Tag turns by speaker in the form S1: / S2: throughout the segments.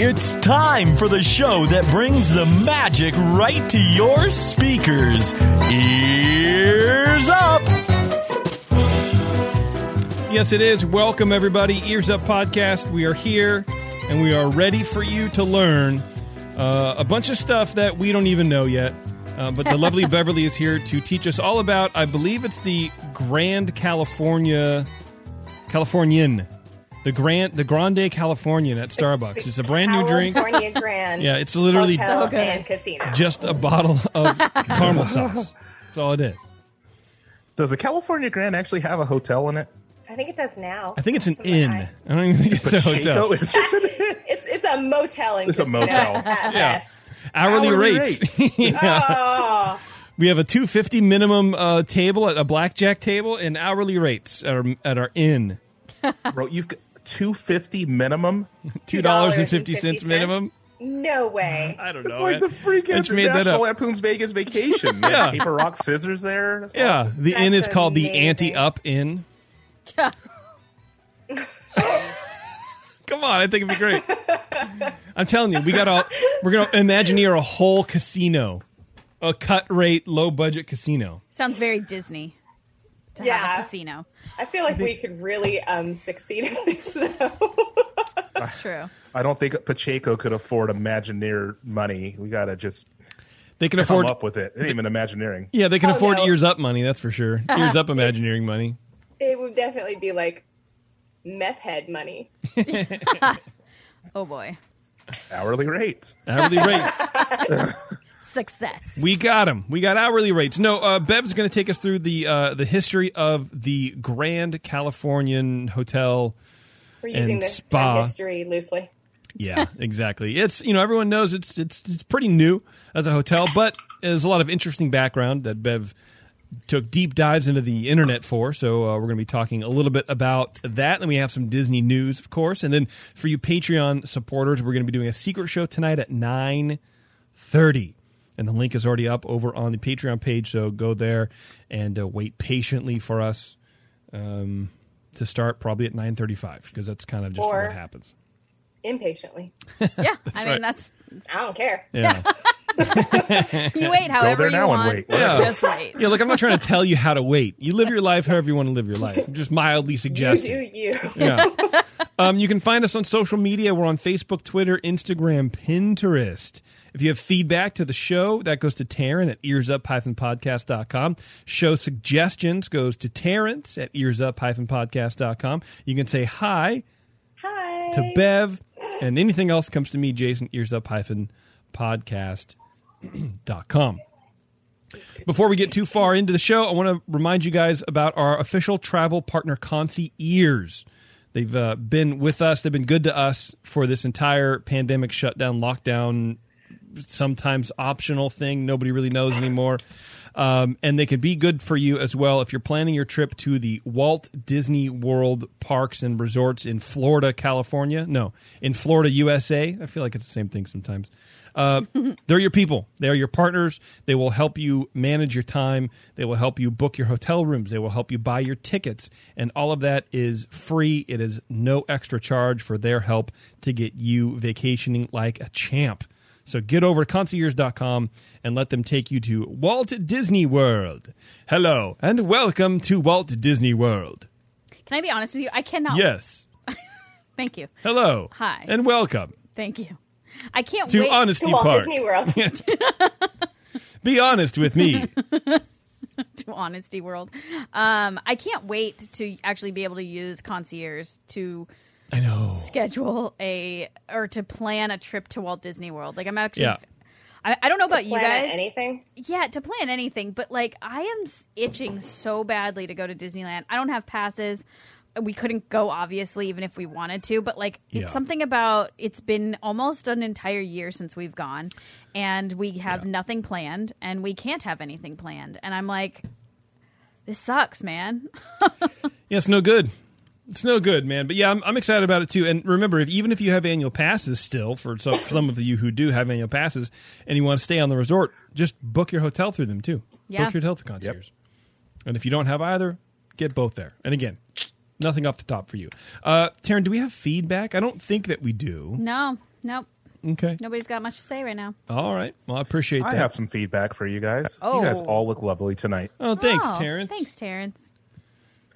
S1: It's time for the show that brings the magic right to your speakers. Ears up!
S2: Yes, it is. Welcome, everybody. Ears Up Podcast. We are here and we are ready for you to learn uh, a bunch of stuff that we don't even know yet. Uh, but the lovely Beverly is here to teach us all about, I believe it's the Grand California, Californian. The Grand, the Grande Californian at Starbucks. It's a brand new drink.
S3: California Grand.
S2: Yeah, it's literally
S3: Hotel
S4: So good.
S3: and casino.
S2: just a bottle of caramel sauce. That's all it is.
S5: Does the California Grand actually have a hotel in it?
S3: I think it does now.
S2: I think it's an
S3: That's what
S2: inn.
S3: I-
S2: I don't even think it's a hotel.
S5: Chateau is just an inn.
S3: It's it's a motel. In
S5: It's a
S3: casino
S5: motel.
S2: Yeah.
S3: At best.
S2: Hourly,
S5: Hourly
S2: rates. Yeah.
S3: Oh,
S2: We have a two fifty minimum uh, table at a blackjack table and hourly rates at our, at our inn.
S5: Bro, you've got 250 minimum.
S2: Two dollars and fifty cents
S3: $2.50
S2: minimum.
S3: No way.
S2: I don't
S5: It's
S2: know.
S5: like the freaking
S2: I just made that
S5: National
S2: up.
S5: Lampoon's Vegas Vacation. They
S2: Yeah.
S5: have Paper, rock, scissors there. That's
S2: Yeah,
S5: awesome.
S2: the inn is
S3: That's
S2: called the
S3: amazing.
S2: Anti Up Inn. Come on, I think it'd be great. I'm telling you, we got to we're gonna imagineer a whole casino, a cut rate, low budget casino.
S4: Sounds very Disney to
S3: Yeah.
S4: have a casino.
S3: I feel like we could really um succeed at this though.
S4: It's true.
S5: I don't think Pacheco could afford Imagineer money. We got to just
S2: They can
S5: come
S2: afford
S5: up with it. It ain't even Imagineering.
S2: yeah, they can
S3: Oh,
S2: afford
S3: no.
S2: ears up money. That's for sure. Ears up Imagineering money.
S3: it would definitely be like meth head money.
S4: Oh boy.
S5: Hourly rate.
S2: Hourly rates.
S4: Success.
S2: We got them. We got hourly rates. No, uh, Bev's going to take us through the uh, the history of the Grand Californian Hotel.
S3: We're
S2: And
S3: using the
S2: spa.
S3: history loosely.
S2: Yeah, exactly. It's you know everyone knows it's it's it's pretty new as a hotel, but there's a lot of interesting background that Bev took deep dives into the internet for. So uh, we're going to be talking a little bit about that, and we have some Disney news, of course, and then for you Patreon supporters, we're going to be doing a secret show tonight at nine thirty. And the link is already up over on the Patreon page, so go there and uh, wait patiently for us um, to start, probably at nine thirty-five, because that's kind of just
S3: Or-
S2: what happens.
S3: Impatiently.
S4: Yeah. I mean
S2: right.
S4: that's
S3: I don't care.
S2: Yeah.
S4: you wait however
S5: there
S4: you
S5: now and
S4: want.
S5: wait.
S2: Yeah.
S4: Just wait.
S2: Yeah, look, I'm not trying to tell you how to wait. You live your life however you want to live your life. I'm just mildly suggesting.
S3: You do you.
S2: Yeah. Um, you can find us on social media. We're on Facebook, Twitter, Instagram, Pinterest. If you have feedback to the show, that goes to Taryn at earsup-podcast.com. Show suggestions goes to Terrence at earsup-podcast.com. You can say hi
S3: Hi.
S2: to Bev, and anything else comes to me, Jason, earsup-podcast.com. Before we get too far into the show, I want to remind you guys about our official travel partner, Concy Ears. They've uh, been with us. They've been good to us for this entire pandemic shutdown, lockdown, sometimes optional thing. Nobody really knows anymore. Um, and they can be good for you as well if you're planning your trip to the Walt Disney World parks and resorts in Florida, California. No, in Florida, USA. I feel like it's the same thing sometimes. Uh, they're your people. They are your partners. They will help you manage your time. They will help you book your hotel rooms. They will help you buy your tickets. And all of that is free. It is no extra charge for their help to get you vacationing like a champ. So get over to concierge.com and let them take you to Walt Disney World. Hello and welcome to Walt Disney World.
S4: Can I be honest with you? I cannot
S2: Yes.
S4: thank you.
S2: Hello.
S4: Oh. Hi.
S2: And welcome
S4: Thank you. I can't
S2: to
S4: wait.
S2: Honesty
S3: to Walt
S2: Park.
S3: Disney World.
S2: Be honest with me.
S4: to honesty world. Um, I can't wait to actually be able to use concierge to
S2: I know.
S4: schedule a or to plan a trip to Walt Disney World. Like I'm actually.
S2: Yeah.
S4: I, I don't know about you
S3: Plan
S4: guys.
S3: anything?
S4: yeah, to plan anything, but like I am s- itching so badly to go to Disneyland. I don't have passes. We couldn't go obviously even if we wanted to, but like it's
S2: Yeah.
S4: something about it's been almost an entire year since we've gone and we have
S2: Yeah.
S4: nothing planned and we can't have anything planned. And I'm like this sucks, man.
S2: Yeah, it's no good. It's no good, man. But yeah, I'm, I'm excited about it too. And remember, if, even if you have annual passes still, for some, for some of you who do have annual passes and you want to stay on the resort, just book your hotel through them too.
S4: Yeah.
S2: Book your hotel through concierge. And if you don't have either, get both there. And again, nothing off the top for you. Uh, Taryn, do we have feedback? I don't think that we do.
S4: No. Nope.
S2: Okay.
S4: Nobody's got much to say right now.
S2: All right. Well, I appreciate
S5: I
S2: that.
S5: have some feedback for you guys.
S4: Oh.
S5: You guys all look lovely tonight.
S2: oh, thanks,
S4: Oh,
S2: Terrence.
S4: Thanks, Terrence.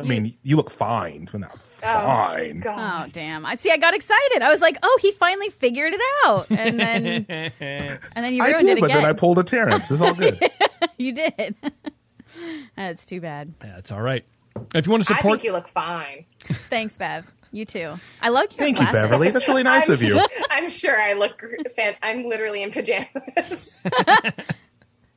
S5: I mean, you look fine, but not
S3: Oh,
S5: fine.
S4: Oh,
S3: gosh.
S4: damn. I see. I got excited. I was like, oh, he finally figured it out. And then, and then you
S5: I
S4: ruined
S5: did,
S4: it
S5: but
S4: again.
S5: then I pulled a Terrence. It's all good.
S4: you did. That's too bad.
S2: That's all right. If you want to
S3: I
S2: support,
S3: think you look fine.
S4: Thanks, Bev. You too. I like your
S5: Thank you,
S4: glasses.
S5: Beverly. That's really nice
S3: I'm
S5: of you.
S3: su- I'm sure I look. gr- Fan- I'm literally in pajamas.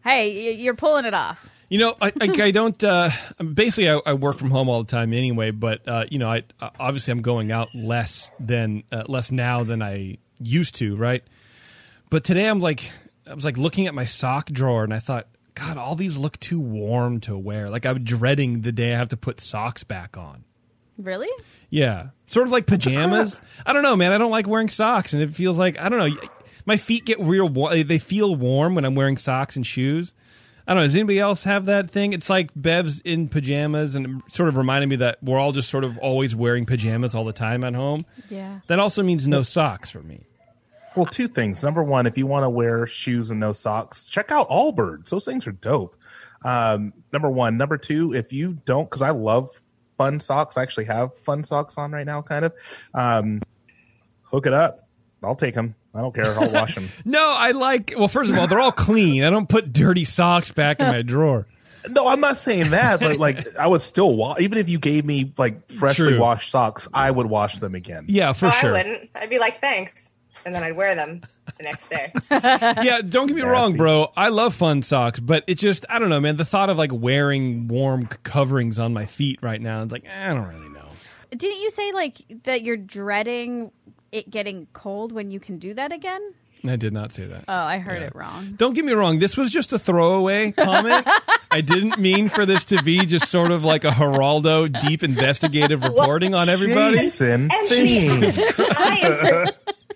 S4: Hey, y- you're pulling it off.
S2: You know, I, I, I don't. Uh, basically, I, I work from home all the time anyway. But uh, you know, I uh, obviously I'm going out less than uh, less now than I used to, right? But today I'm like, I was like looking at my sock drawer, and I thought, God, all these look too warm to wear. Like I'm dreading the day I have to put socks back on.
S4: Really?
S2: Yeah, sort of like pajamas. I don't know, man. I don't like wearing socks, and it feels like I don't know. My feet get real. wa- They feel warm when I'm wearing socks and shoes. I don't know. Does anybody else have that thing? It's like Bev's in pajamas, and it sort of reminded me that we're all just sort of always wearing pajamas all the time at home.
S4: Yeah.
S2: That also means no socks for me.
S5: Well, two things. Number one, if you want to wear shoes and no socks, check out Allbirds. Those things are dope. Um, number one. Number two, if you don't, because I love fun socks. I actually have fun socks on right now, kind of. Um, hook it up. I'll take them. I don't care. I'll wash them.
S2: No, I like. Well, first of all, they're all clean. I don't put dirty socks back in my drawer.
S5: No, I'm not saying that, but like I was still wa- even if you gave me like freshly
S2: True.
S5: washed socks, I would wash them again.
S2: Yeah, for
S3: No,
S2: sure.
S3: Oh, I wouldn't. I'd be like, thanks, and then I'd wear them the next day.
S2: yeah, don't get me
S5: Nasty.
S2: wrong, bro. I love fun socks, but it just I don't know, man. The thought of like wearing warm c- coverings on my feet right now, it's like eh, I don't really know.
S4: Didn't you say like that you're dreading it getting cold when you can do that again?
S2: I did not say that.
S4: Oh, I heard it wrong.
S2: don't get me wrong. This was just a throwaway comment. I didn't mean for this to be just sort of like a Geraldo deep investigative reporting on everybody.
S5: Jason,
S3: And
S5: jeez.
S3: I inter-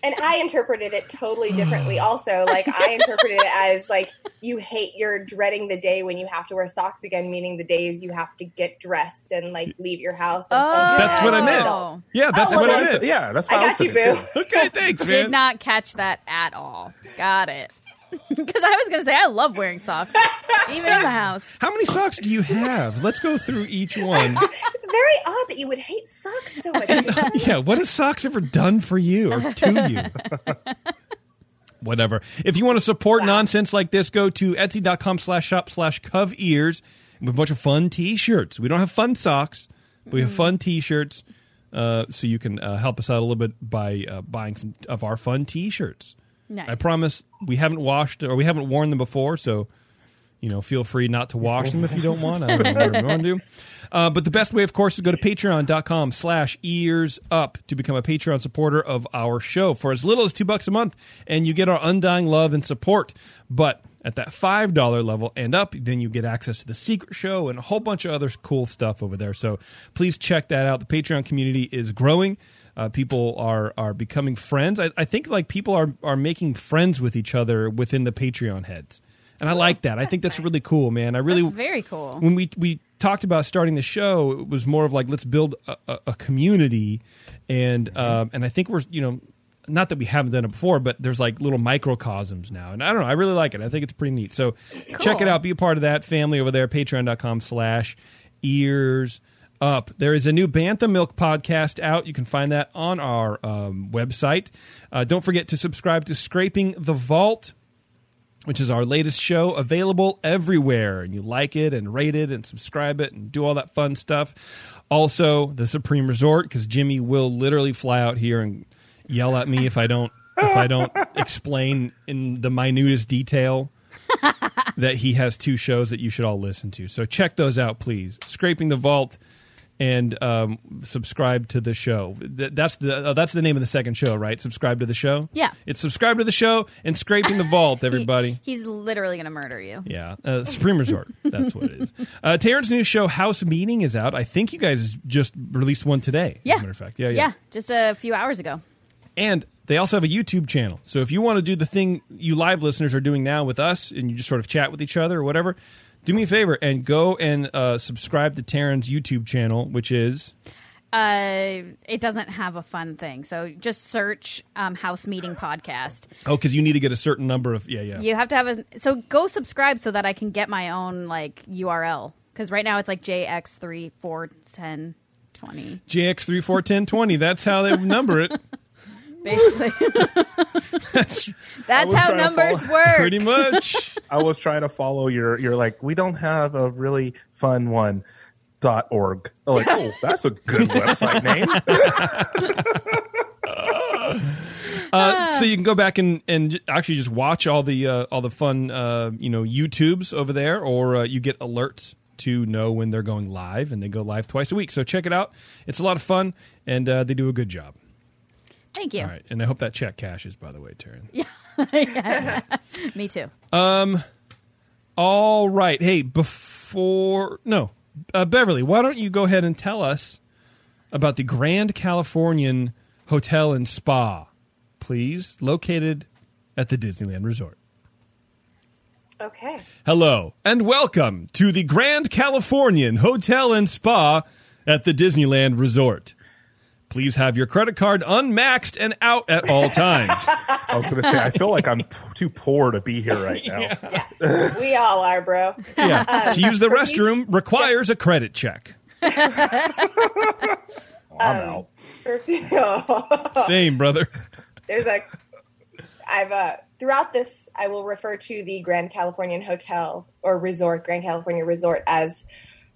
S3: and I interpreted it totally differently. Also, like I interpreted it as like you hate you're dreading the day when you have to wear socks again, meaning the days you have to get dressed and like leave your house.
S5: Oh.
S3: And function
S2: That's
S3: as
S2: what I
S3: an
S2: meant.
S3: adult.
S2: Yeah, that's
S3: Oh,
S2: what
S3: well,
S2: I meant.
S5: yeah, that's
S3: I
S5: how I,
S3: got
S5: took
S3: you,
S5: it,
S3: boo.
S5: too.
S2: Okay, thanks, man.
S4: Did not catch that at all. Got it. Because I was going to say, I love wearing socks, even in the house.
S2: How many socks do you have? Let's go through each one.
S3: It's very odd that you would hate socks so much. Jason.
S2: yeah, what has socks ever done for you or to you? Whatever. If you want to support nonsense like this, go to etsy.com slash shop slash cove ears with a bunch of fun t-shirts. We don't have fun socks, but we have fun t-shirts. Uh, so you can uh, help us out a little bit by uh, buying some of our fun t-shirts.
S4: Nice.
S2: I promise we haven't washed or we haven't worn them before, so you know, feel free not to wash them if you don't want. I don't know what you want to do. Uh, but the best way, of course, is to go to patreon.com slash ears up to become a Patreon supporter of our show for as little as two bucks a month, and you get our undying love and support. But at that five dollar level and up, then you get access to the secret show and a whole bunch of other cool stuff over there. So please check that out. The Patreon community is growing. Uh, people are are becoming friends. I, I think like people are are making friends with each other within the Patreon heads. And I like that. I think that's really cool, man. I really
S4: That's very cool.
S2: When we we talked about starting the show, it was more of like let's build a, a, a community,
S4: Mm-hmm.
S2: and um, and I think we're you know not that we haven't done it before, but there's like little microcosms now, and I don't know. I really like it. I think it's pretty neat. So check it out. Be a part of that family over there. Patreon.com/slash ears up. There is a new Bantha Milk podcast out. You can find that on our um, website. Uh, don't forget to subscribe to Scraping the Vault which is our latest show available everywhere. And you like it and rate it and subscribe it and do all that fun stuff. Also, the Supreme Resort because Jimmy will literally fly out here and yell at me if I don't if I don't explain in the minutest detail that he has two shows that you should all listen to. So check those out, please. Scraping the Vault and um, subscribe to the show. Th- That's the uh, that's the name of the second show, right? Subscribe to the show.
S4: Yeah.
S2: it's subscribe to the show and scraping the vault, everybody.
S4: He- he's literally going to murder you.
S2: Yeah, uh, Supreme Resort. That's what it is. Uh, Terrence's new show, House Meeting, is out. I think you guys just released one today.
S4: Yeah.
S2: As a matter of fact, yeah, yeah,
S4: just a few hours ago.
S2: And they also have a YouTube channel. So if you want to do the thing you live listeners are doing now with us, and you just sort of chat with each other or whatever, do me a favor and go and uh, subscribe to Terrence's YouTube channel, which is
S4: uh, it doesn't have a fun thing. So just search um, house meeting podcast.
S2: Oh, because you need to get a certain number of yeah, yeah.
S4: You have to have a so go subscribe so that I can get my own like URL because right now it's like JX three four ten twenty
S2: JX three four ten twenty. That's how they number it.
S4: basically.
S2: That's
S4: That's
S5: was
S4: how
S5: trying to
S4: numbers
S5: follow-
S4: work.
S2: pretty much.
S5: I was trying to follow your. You're like, we don't have a really fun one. Dot org. I'm like, oh, that's a good website name.
S2: Uh, so you can go back and and j- actually just watch all the uh, all the fun uh, you know YouTubes over there, or uh, you get alerts to know when they're going live, and they go live twice a week. So check it out; it's a lot of fun, and uh, they do a good job.
S4: Thank you.
S2: All right, and I hope that check cashes, by the way, Taryn.
S4: Me too.
S2: All right, hey, before no, uh, Beverly, why don't you go ahead and tell us about the Grand Californian Hotel and Spa, please, located at the Disneyland Resort.
S3: Okay.
S2: Hello, and welcome to the Grand Californian Hotel and Spa at the Disneyland Resort. Please have your credit card unmaxed and out at all times.
S5: I was going to say, I feel like I'm p- too poor to be here right now.
S3: Yeah. we all are, bro.
S2: yeah. To use the
S3: for
S2: restroom
S3: each-
S2: requires a credit check.
S5: I'm
S4: Um,
S5: out.
S3: For- Oh,
S2: Same, brother.
S3: There's a. I've uh, throughout this, I will refer to the Grand Californian Hotel or Resort, Grand California Resort, as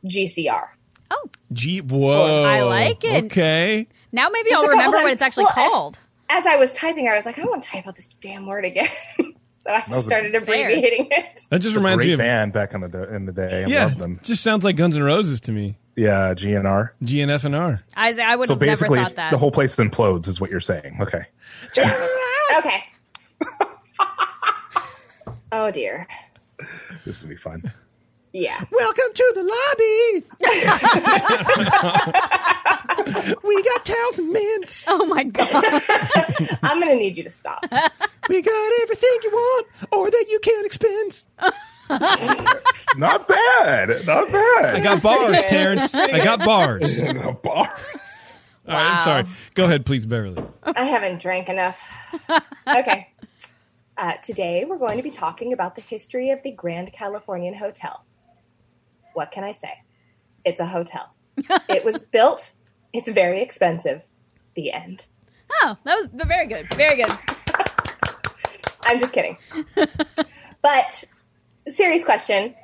S3: GCR.
S4: Oh,
S2: Gee, whoa.
S4: I like it.
S2: Okay.
S4: now maybe
S3: Just
S4: I'll
S3: a couple
S4: remember what
S3: times.
S4: it's actually
S3: Well, as-
S4: called.
S3: As I was typing, I was like, I don't want to type out this damn word again. so I
S5: was
S3: just
S5: a-
S3: started abbreviating it.
S2: That just
S5: It's a
S2: reminds
S5: great
S2: me of
S5: band back in the da- in the day. I
S2: yeah,
S5: love them.
S2: just sounds like Guns N' Roses to me.
S5: Yeah, GNR.
S2: GNF and R.
S4: I, I would
S5: So
S4: have never
S5: basically,
S4: thought that.
S5: the whole place implodes, is what you're saying. Okay.
S3: Okay. oh dear.
S5: This will be fun.
S3: Yeah.
S2: Welcome to the lobby. we got towels and mints.
S4: oh my god!
S3: I'm gonna need you to stop.
S2: We got everything you want or that you can't expense.
S5: Not bad. Not
S2: I
S5: bad.
S2: got bars, Terrence. I got bars. All right,
S5: The bar.
S2: I'm
S4: Wow.
S2: sorry. Go ahead, please, Beverly.
S3: I haven't drank enough. Okay. Uh, today we're going to be talking about the history of the Grand Californian Hotel. What can I say? It's a hotel. it was built. It's very expensive. The end.
S4: Oh, that was very good. Very good.
S3: I'm just kidding. but serious question: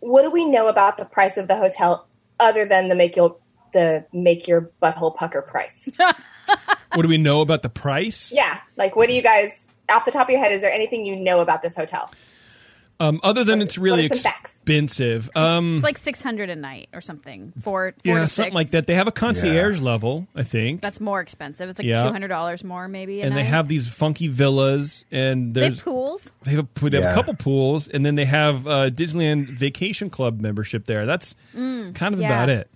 S3: What do we know about the price of the hotel other than the make your the make your butthole pucker price?
S2: What do we know about the price?
S3: yeah, like what do you guys off the top of your head? Is there anything you know about this hotel?
S2: Um, other than it's really
S3: What are some facts?
S2: expensive. Um,
S4: It's like six hundred a night or something. Four, four
S2: yeah,
S4: to
S2: something
S4: six.
S2: like that. They have a concierge level, I think,
S4: That's more expensive. It's like
S2: Yeah.
S4: two hundred dollars more maybe. A
S2: and they
S4: night.
S2: have these funky villas, and
S4: they
S2: there's
S4: have pools.
S2: They have a, they have a
S5: Yeah.
S2: couple pools, and then they have uh, Disneyland Vacation Club membership there. That's
S3: Mm,
S2: kind of
S4: yeah.
S2: about it.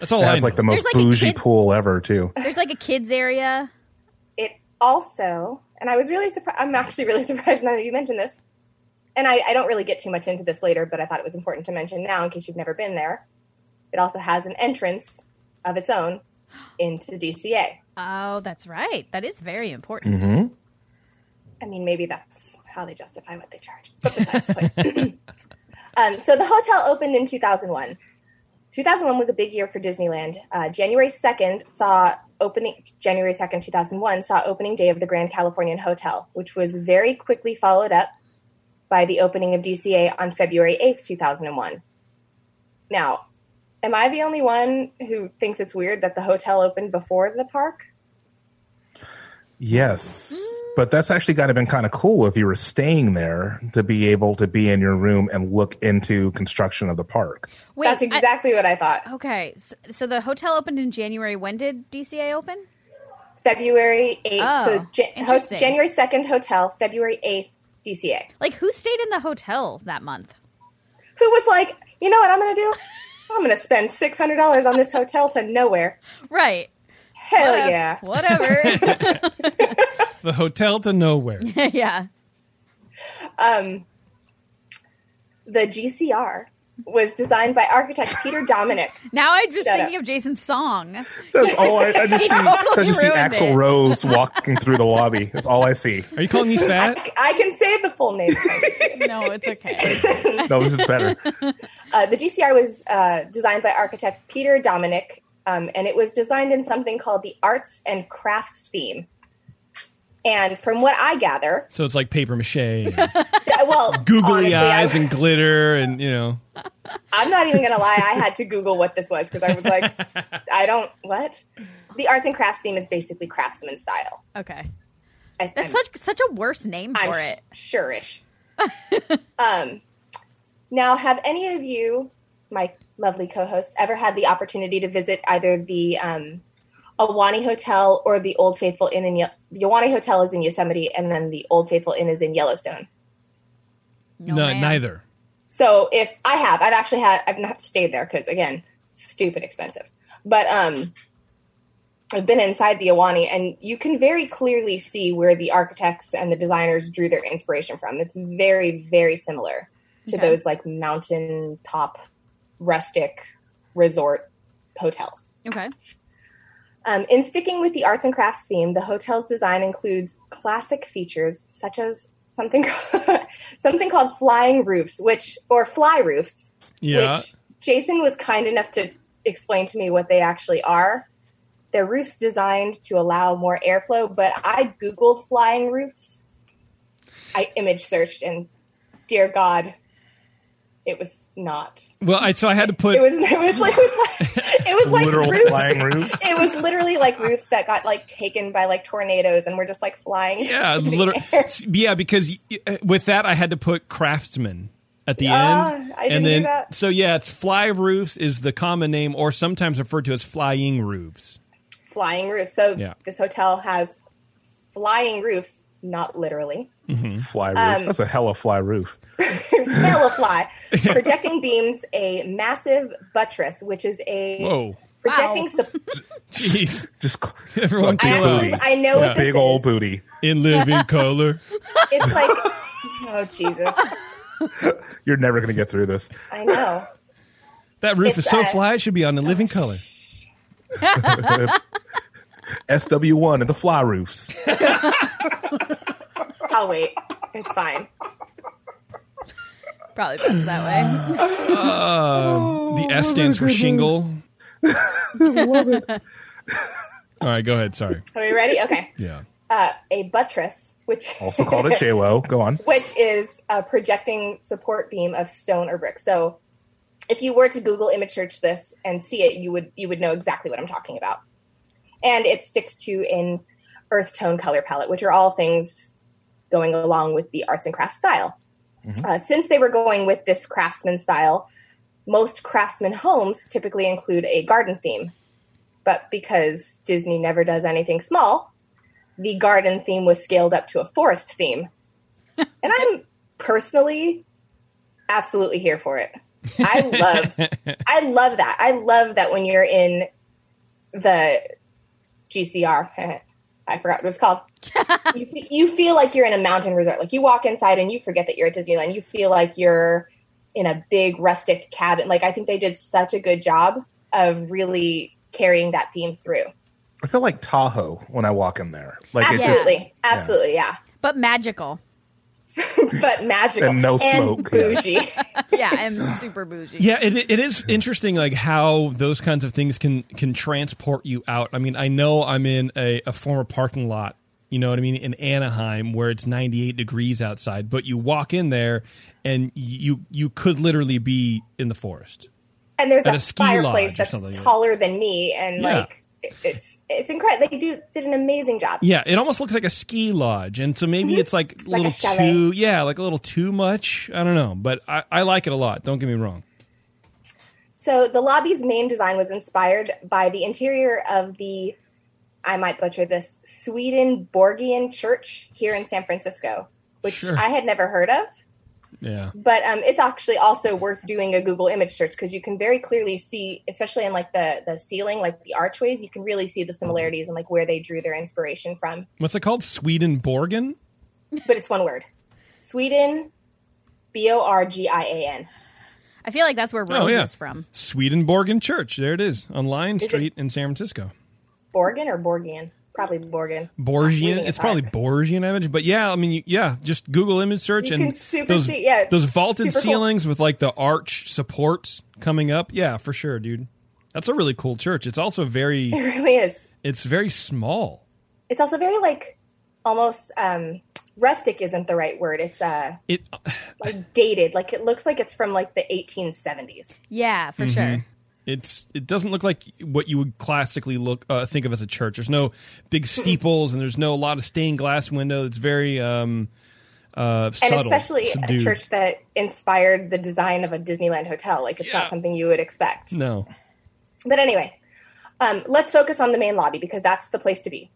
S2: That's all
S5: It
S2: I
S5: has
S2: know.
S5: like the most
S4: There's like a
S5: bougie
S4: kid-
S5: pool ever, too.
S4: There's like a kids area.
S3: It also, and I was really surprised. I'm actually really surprised none of you mentioned this. And I, I don't really get too much into this later, but I thought it was important to mention now in case you've never been there. It also has an entrance of its own into DCA.
S4: Oh, that's right. That is very important.
S2: Mm-hmm.
S3: I mean, maybe that's how they justify what they charge. But besides the point. um, so the hotel opened in 2001. 2001 was a big year for Disneyland. Uh, January 2nd saw opening. January 2nd, 2001 saw opening day of the Grand Californian Hotel, which was very quickly followed up by the opening of DCA on February 8th, 2001. Now, am I the only one who thinks it's weird that the hotel opened before the park?
S5: Yes. But that's actually got to been kind of cool if you were staying there to be able to be in your room and look into construction of the park.
S4: Wait,
S3: that's
S4: I-
S3: exactly what I thought.
S4: okay. So, so the hotel opened in January. When did DCA open?
S3: February 8th.
S4: Oh,
S3: so Jan- host,
S4: interesting.
S3: January 2nd, hotel. February 8th, DCA.
S4: Like who stayed in the hotel that month?
S3: Who was like, you know what I'm going to do? I'm going to spend $600 on this hotel to nowhere.
S4: Right.
S3: Hell
S4: Uh,
S3: Oh, yeah.
S4: Whatever.
S2: the hotel to nowhere.
S3: Um,
S4: yeah.
S3: The GCR was designed by architect Peter Dominic.
S4: Now I'm just
S3: Shut
S4: thinking
S3: up.
S4: of Jason's song.
S5: That's all I, I just see. I
S4: totally
S5: just see
S4: ruined
S5: Axl
S4: it.
S5: Rose walking through the lobby. That's all I see.
S2: Are you calling me fat?
S3: I, I can say the full name.
S4: No, it's okay.
S5: No, this is better.
S3: Uh, the GCR was uh, designed by architect Peter Dominic, um, and it was designed in something called the arts and crafts theme. And from what I gather,
S2: So it's like paper mache, and
S3: yeah, well, honestly,
S2: googly
S3: I-
S2: eyes, and glitter, and you know.
S3: I'm not even gonna lie. I had to Google what this was because I was like, I don't what. The arts and crafts theme is basically craftsman style.
S4: Okay.
S3: I,
S4: That's
S3: I'm-
S4: such such a worse name
S3: I'm
S4: for
S3: sh-
S4: it.
S3: sure-ish. um, now, have any of you, my lovely co-hosts, ever had the opportunity to visit either the um, Awani Hotel or the Old Faithful Inn in Ye- the Awani Hotel is in Yosemite, and then the Old Faithful Inn is in Yellowstone.
S4: No,
S2: no,
S4: ma'am.
S2: neither.
S3: So if I have, I've actually had, I've not stayed there because again, stupid expensive. But um, I've been inside the Awani, and you can very clearly see where the architects and the designers drew their inspiration from. It's very, very similar to
S4: Okay.
S3: those like mountain top, rustic resort hotels.
S4: Okay.
S3: Um, in sticking with the arts and crafts theme, the hotel's design includes classic features such as something something called flying roofs, which or fly roofs,
S2: Yeah,
S3: which Jason was kind enough to explain to me what they actually are. They're roofs designed to allow more airflow, but I googled flying roofs. I image searched and dear god, it was not.
S2: well, I, so I had to put
S3: It was it was like it was like, it was like
S5: Literal
S3: roofs
S5: flying roofs.
S3: it was literally like roofs that got like taken by like tornadoes and were just like flying.
S2: Yeah,
S3: into the
S2: literally.
S3: air.
S2: Yeah, because y- y- with that I had to put craftsman at the
S3: Ah,
S2: end,
S3: I didn't
S2: and
S3: do
S2: then
S3: that.
S2: so yeah, it's fly roofs is the common name, or sometimes referred to as flying roofs.
S3: flying roofs. So
S2: Yeah.
S3: this hotel has flying roofs, not literally.
S5: Fly roof.
S3: Um,
S5: That's a hella fly roof.
S3: Hella fly. Projecting beams a massive buttress, which is a
S2: Whoa,
S3: projecting
S4: Wow.
S3: sup-
S2: jeez,
S5: Just cl-
S2: Everyone
S5: a
S3: I
S5: big
S2: Big
S3: actually
S5: booty.
S3: I know
S5: A
S3: what this
S5: big
S3: is.
S5: old booty.
S2: in living color.
S3: It's like oh Jesus.
S5: You're never gonna get through this.
S3: I know.
S2: That roof
S3: It's,
S2: is so
S3: uh,
S2: fly it should be on the living color.
S5: SW1 and the fly roofs.
S3: I'll wait. It's fine.
S4: Probably best that way.
S3: Oh,
S2: the S stands for shingle. All right, go ahead. Sorry.
S3: Are we ready? Okay.
S2: Yeah.
S3: Uh, a buttress, which
S5: Also called a J Lo. Go on.
S3: which is a projecting support beam of stone or brick. So if you were to Google image search this and see it, you would you would know exactly what I'm talking about. And it sticks to an earth tone color palette, which are all things going along with the arts and crafts style. Uh, since they were going with this craftsman style, most craftsman homes typically include a garden theme. But because Disney never does anything small, the garden theme was scaled up to a forest theme. And I'm personally absolutely here for it. I love I love that. I love that when you're in the GCR. I forgot what it was called. you, you feel like you're in a mountain resort. Like you walk inside and you forget that you're at Disneyland. You feel like you're in a big rustic cabin. Like I think they did such a good job of really carrying that theme through.
S5: I feel like Tahoe when I walk in there. Like
S3: Absolutely.
S5: it's
S3: Absolutely, yeah.
S4: But magical.
S3: But magical
S5: And no smoke, yeah.
S3: bougie.
S4: Yeah, I'm super bougie.
S2: Yeah, it, it is interesting, like how those kinds of things can can transport you out. I mean, I know I'm in a, a former parking lot, you know what I mean, in Anaheim, where it's 98 degrees outside, but you walk in there, and you you could literally be in the forest.
S3: and there's
S2: At
S3: a,
S2: a ski lodge
S3: fireplace
S2: or
S3: that's
S2: something, yeah.
S3: taller than me and
S2: Yeah.
S3: like it- it's it's incredible they do did an amazing job
S2: Yeah, it almost looks like a ski lodge, and so maybe it's like a
S3: Mm-hmm. Like a
S2: little
S3: chalet.
S2: too, yeah, like a little too much. I don't know, but I, I like it a lot. Don't get me wrong.
S3: so the lobby's main design was inspired by the interior of the i might butcher this sweden borgian church here in san francisco which
S2: Sure.
S3: i had never heard of
S2: Yeah,
S3: but um, it's actually also worth doing a google image search because you can very clearly see especially in like the the ceiling like the archways you can really see the similarities and like where they drew their inspiration from
S2: what's it called? Swedenborgen.
S3: but it's one word. Sweden, B O R G I A N.
S4: I I feel like that's where Rose
S2: oh yeah,
S4: is from.
S2: Swedenborgen Church. There it is on Lion
S3: it-
S2: Street in San Francisco.
S3: Borgin or Borgian? Probably Borgin.
S2: Borgian.
S3: Reading
S2: It's probably
S3: hard.
S2: Borgian image, but yeah, I mean, you- yeah, just Google image search
S3: You
S2: and
S3: can super
S2: those
S3: see- yeah, it's
S2: those vaulted
S3: super cool.
S2: ceilings with like the arch supports coming up. Yeah, for sure, dude. That's a really cool church. It's also very
S3: It really is.
S2: it's very small.
S3: It's also very like almost um rustic isn't the right word. It's uh
S2: It
S3: like dated. Like it looks like it's from like the 1870s.
S4: Yeah, for
S2: Mm-hmm.
S4: sure.
S2: it's it doesn't look like what you would classically look uh, think of as a church. There's no big
S3: Hmm.
S2: steeples and there's no a lot of stained glass window. It's very um uh
S3: and
S2: subtle,
S3: especially
S2: subdued.
S3: a church that inspired the design of a Disneyland hotel. Like it's
S2: Yeah.
S3: not something you would expect.
S2: No.
S3: But anyway, um, let's focus on the main lobby because that's the place to be.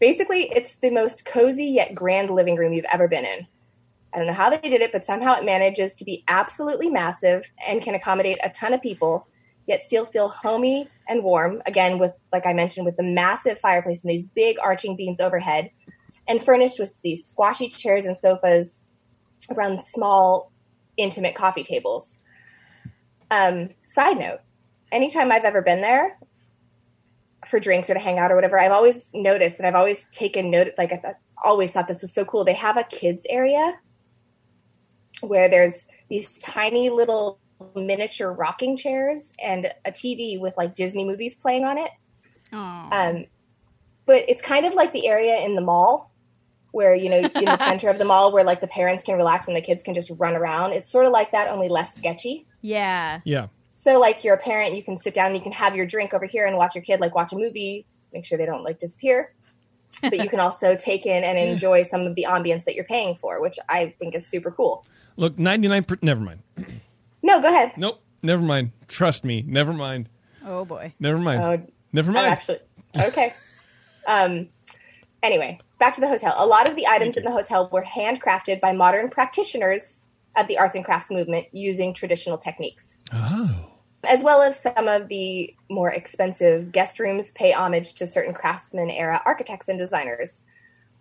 S3: Basically, it's the most cozy yet grand living room you've ever been in. I don't know how they did it, but somehow it manages to be absolutely massive and can accommodate a ton of people, yet still feel homey and warm. Again, with, like I mentioned, with the massive fireplace and these big arching beams overhead, and furnished with these squashy chairs and sofas around small, intimate coffee tables. Um, side note anytime I've ever been there for drinks or to hang out or whatever, I've always noticed and I've always taken note. Like I th- always thought this was so cool. They have a kids area where there's these tiny little miniature rocking chairs and a TV with like Disney movies playing on it.
S4: Aw.
S3: Um, but it's kind of like the area in the mall where you know in the center of the mall where like the parents can relax and the kids can just run around. It's sort of like that, only less sketchy.
S4: yeah.
S2: Yeah.
S3: So, like, you're a parent, you can sit down and you can have your drink over here and watch your kid, like, watch a movie, make sure they don't, like, disappear. But you can also take in and enjoy some of the ambience that you're paying for, which I think is super cool.
S2: Look, 99 per- never mind.
S3: No, go ahead.
S2: Nope. Never mind. Trust me. Never mind.
S4: Oh boy.
S2: Never mind.
S3: Oh,
S2: never
S3: I'm
S2: mind.
S3: actually okay. um, anyway, back to the hotel. A lot of the items in the hotel were handcrafted by modern practitioners of the arts and crafts movement using traditional techniques. Oh. As well as some of the more expensive guest rooms pay homage to certain craftsman era architects and designers.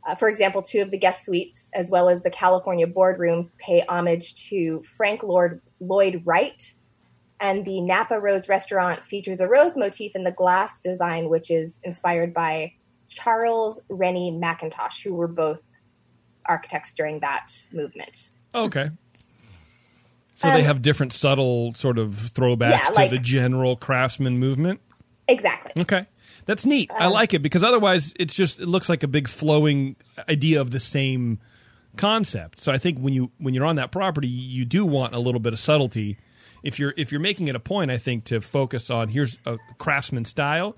S3: Uh, for example, two of the guest suites, as well as the California boardroom, pay homage to Frank Lord Lloyd Wright, and the Napa Rose restaurant features a rose motif in the glass design, which is inspired by Charles Rennie McIntosh, who were both architects during that movement.
S2: Oh, okay. So
S3: Um,
S2: they have different subtle sort of throwbacks
S3: Yeah, like-
S2: to the general craftsman movement.
S3: Exactly.
S2: Okay. That's neat.
S3: Uh,
S2: I like it because otherwise it's just it looks like a big flowing idea of the same concept. So I think when you when you're on that property, you do want a little bit of subtlety. If you're if you're making it a point, I think to focus on here's a craftsman style.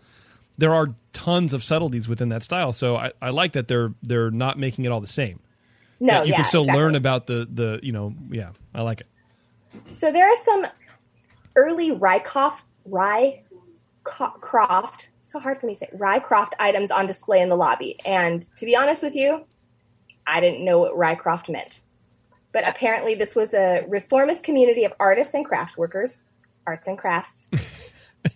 S2: There are tons of subtleties within that style, so I, I like that they're they're not making it all the same.
S3: No,
S2: you
S3: Oh, yeah,
S2: can still
S3: exactly.
S2: learn about the the you know yeah I like it.
S3: So there are some early Rycroft, Rycroft, so hard for me to say, Rycroft items on display in the lobby. And to be honest with you, I didn't know what Rycroft meant. But apparently, this was a reformist community of artists and craft workers, arts and crafts.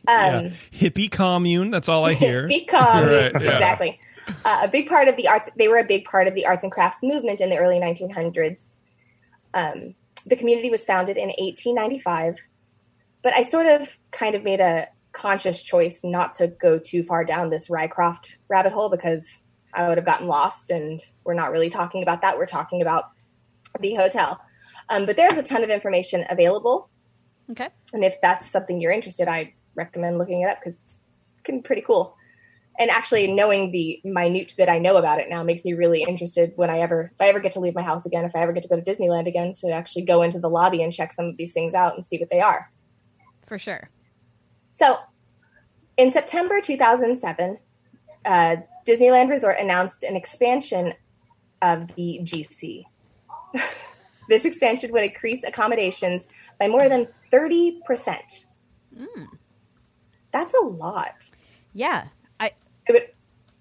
S3: Um,
S2: yeah. Hippie commune. That's all I hear.
S3: Become
S2: Right, yeah.
S3: exactly uh, a big part of the arts. They were a big part of the arts and crafts movement in the early 1900s. Um, the community was founded in 1895, but I sort of kind of made a conscious choice not to go too far down this Rycroft rabbit hole because I would have gotten lost, and we're not really talking about that. We're talking about the hotel. Um, but there's a ton of information available
S4: Okay.
S3: and if that's something you're interested i recommend looking it up because it's can- pretty cool and actually knowing the minute that i know about it now makes me really interested when i ever if i ever get to leave my house again if i ever get to go to disneyland again to actually go into the lobby and check some of these things out and see what they are
S4: For sure.
S3: so, in September 2007, uh, Disneyland Resort announced an expansion of the GC. this expansion would increase accommodations by more than 30%. That's a lot.
S4: Yeah. I
S3: It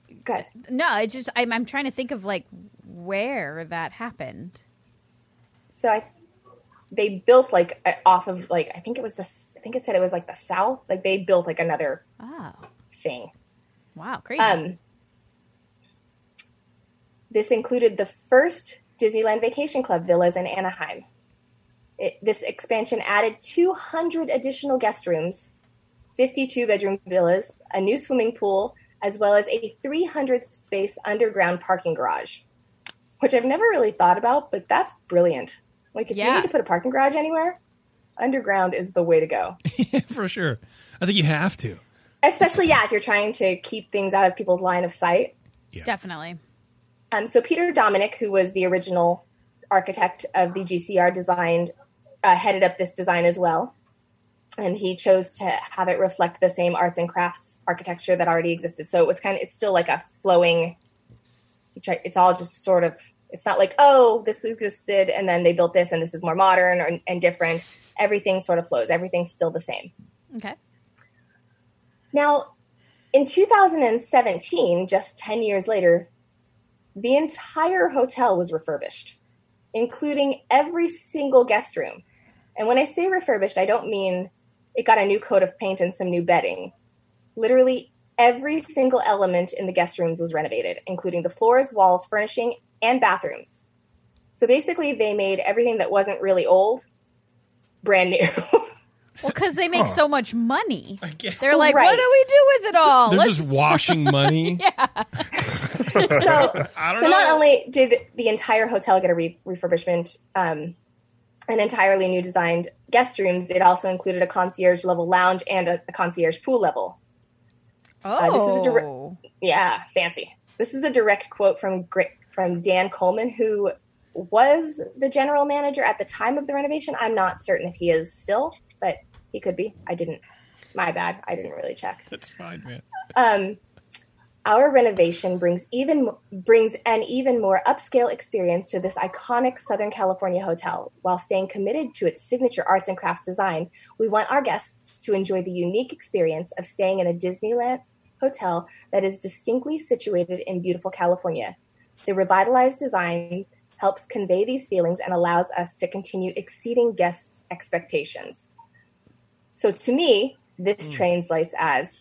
S3: would, go ahead.
S4: no, I just I'm I'm trying to think of like where that happened.
S3: So I, they built like uh, off of like I think it was the s- I think it said it was like the south. Like they built like another
S4: Oh.
S3: thing.
S4: Wow, crazy.
S3: Um, this included the first Disneyland Vacation Club villas in Anaheim, It, this expansion added 200 additional guest rooms, 52 bedroom villas, a new swimming pool, as well as a 300 space underground parking garage, which I've never really thought about, but that's brilliant. Like, if
S4: Yeah.
S3: you need to put a parking garage anywhere, underground is the way to go.
S2: for sure. I think you have to.
S3: Especially, yeah, if you're trying to keep things out of people's line of sight.
S4: Definitely.
S3: Um, so Peter Dominic, who was the original architect of the GCR, designed uh, headed up this design as well, and he chose to have it reflect the same arts and crafts architecture that already existed. So it was kind of it's still like a flowing. It's all just sort of. It's not like oh this existed and then they built this and this is more modern or, and different. Everything sort of flows. Everything's still the same.
S4: Okay.
S3: Now, in 2017, just 10 years later, the entire hotel was refurbished, including every single guest room. And when I say refurbished, I don't mean it got a new coat of paint and some new bedding. Literally every single element in the guest rooms was renovated, including the floors, walls, furnishing, and bathrooms. So basically, they made everything that wasn't really old brand new.
S4: Well, because they make
S5: Huh.
S4: so much money, they're like,
S3: Right.
S4: "What do we do with it
S3: Oh,
S4: all?"
S2: They're
S4: Let's-
S2: just washing money.
S3: so,
S2: don't
S3: so not
S2: know.
S3: only did the entire hotel get a re- refurbishment, um, an entirely new designed guest rooms, it also included a concierge level lounge and a, a concierge pool level.
S4: oh,
S3: Uh, this is a direct- Yeah, fancy. This is a direct quote from Gri- from Dan Coleman, who was the general manager at the time of the renovation. I'm not certain if he is still, but he could be. I didn't. My bad. I didn't really check.
S2: That's fine, man.
S3: Um, our renovation brings even brings an even more upscale experience to this iconic Southern California hotel. While staying committed to its signature arts and crafts design, we want our guests to enjoy the unique experience of staying in a Disneyland hotel that is distinctly situated in beautiful California. The revitalized design helps convey these feelings and allows us to continue exceeding guests' expectations. So to me, this translates as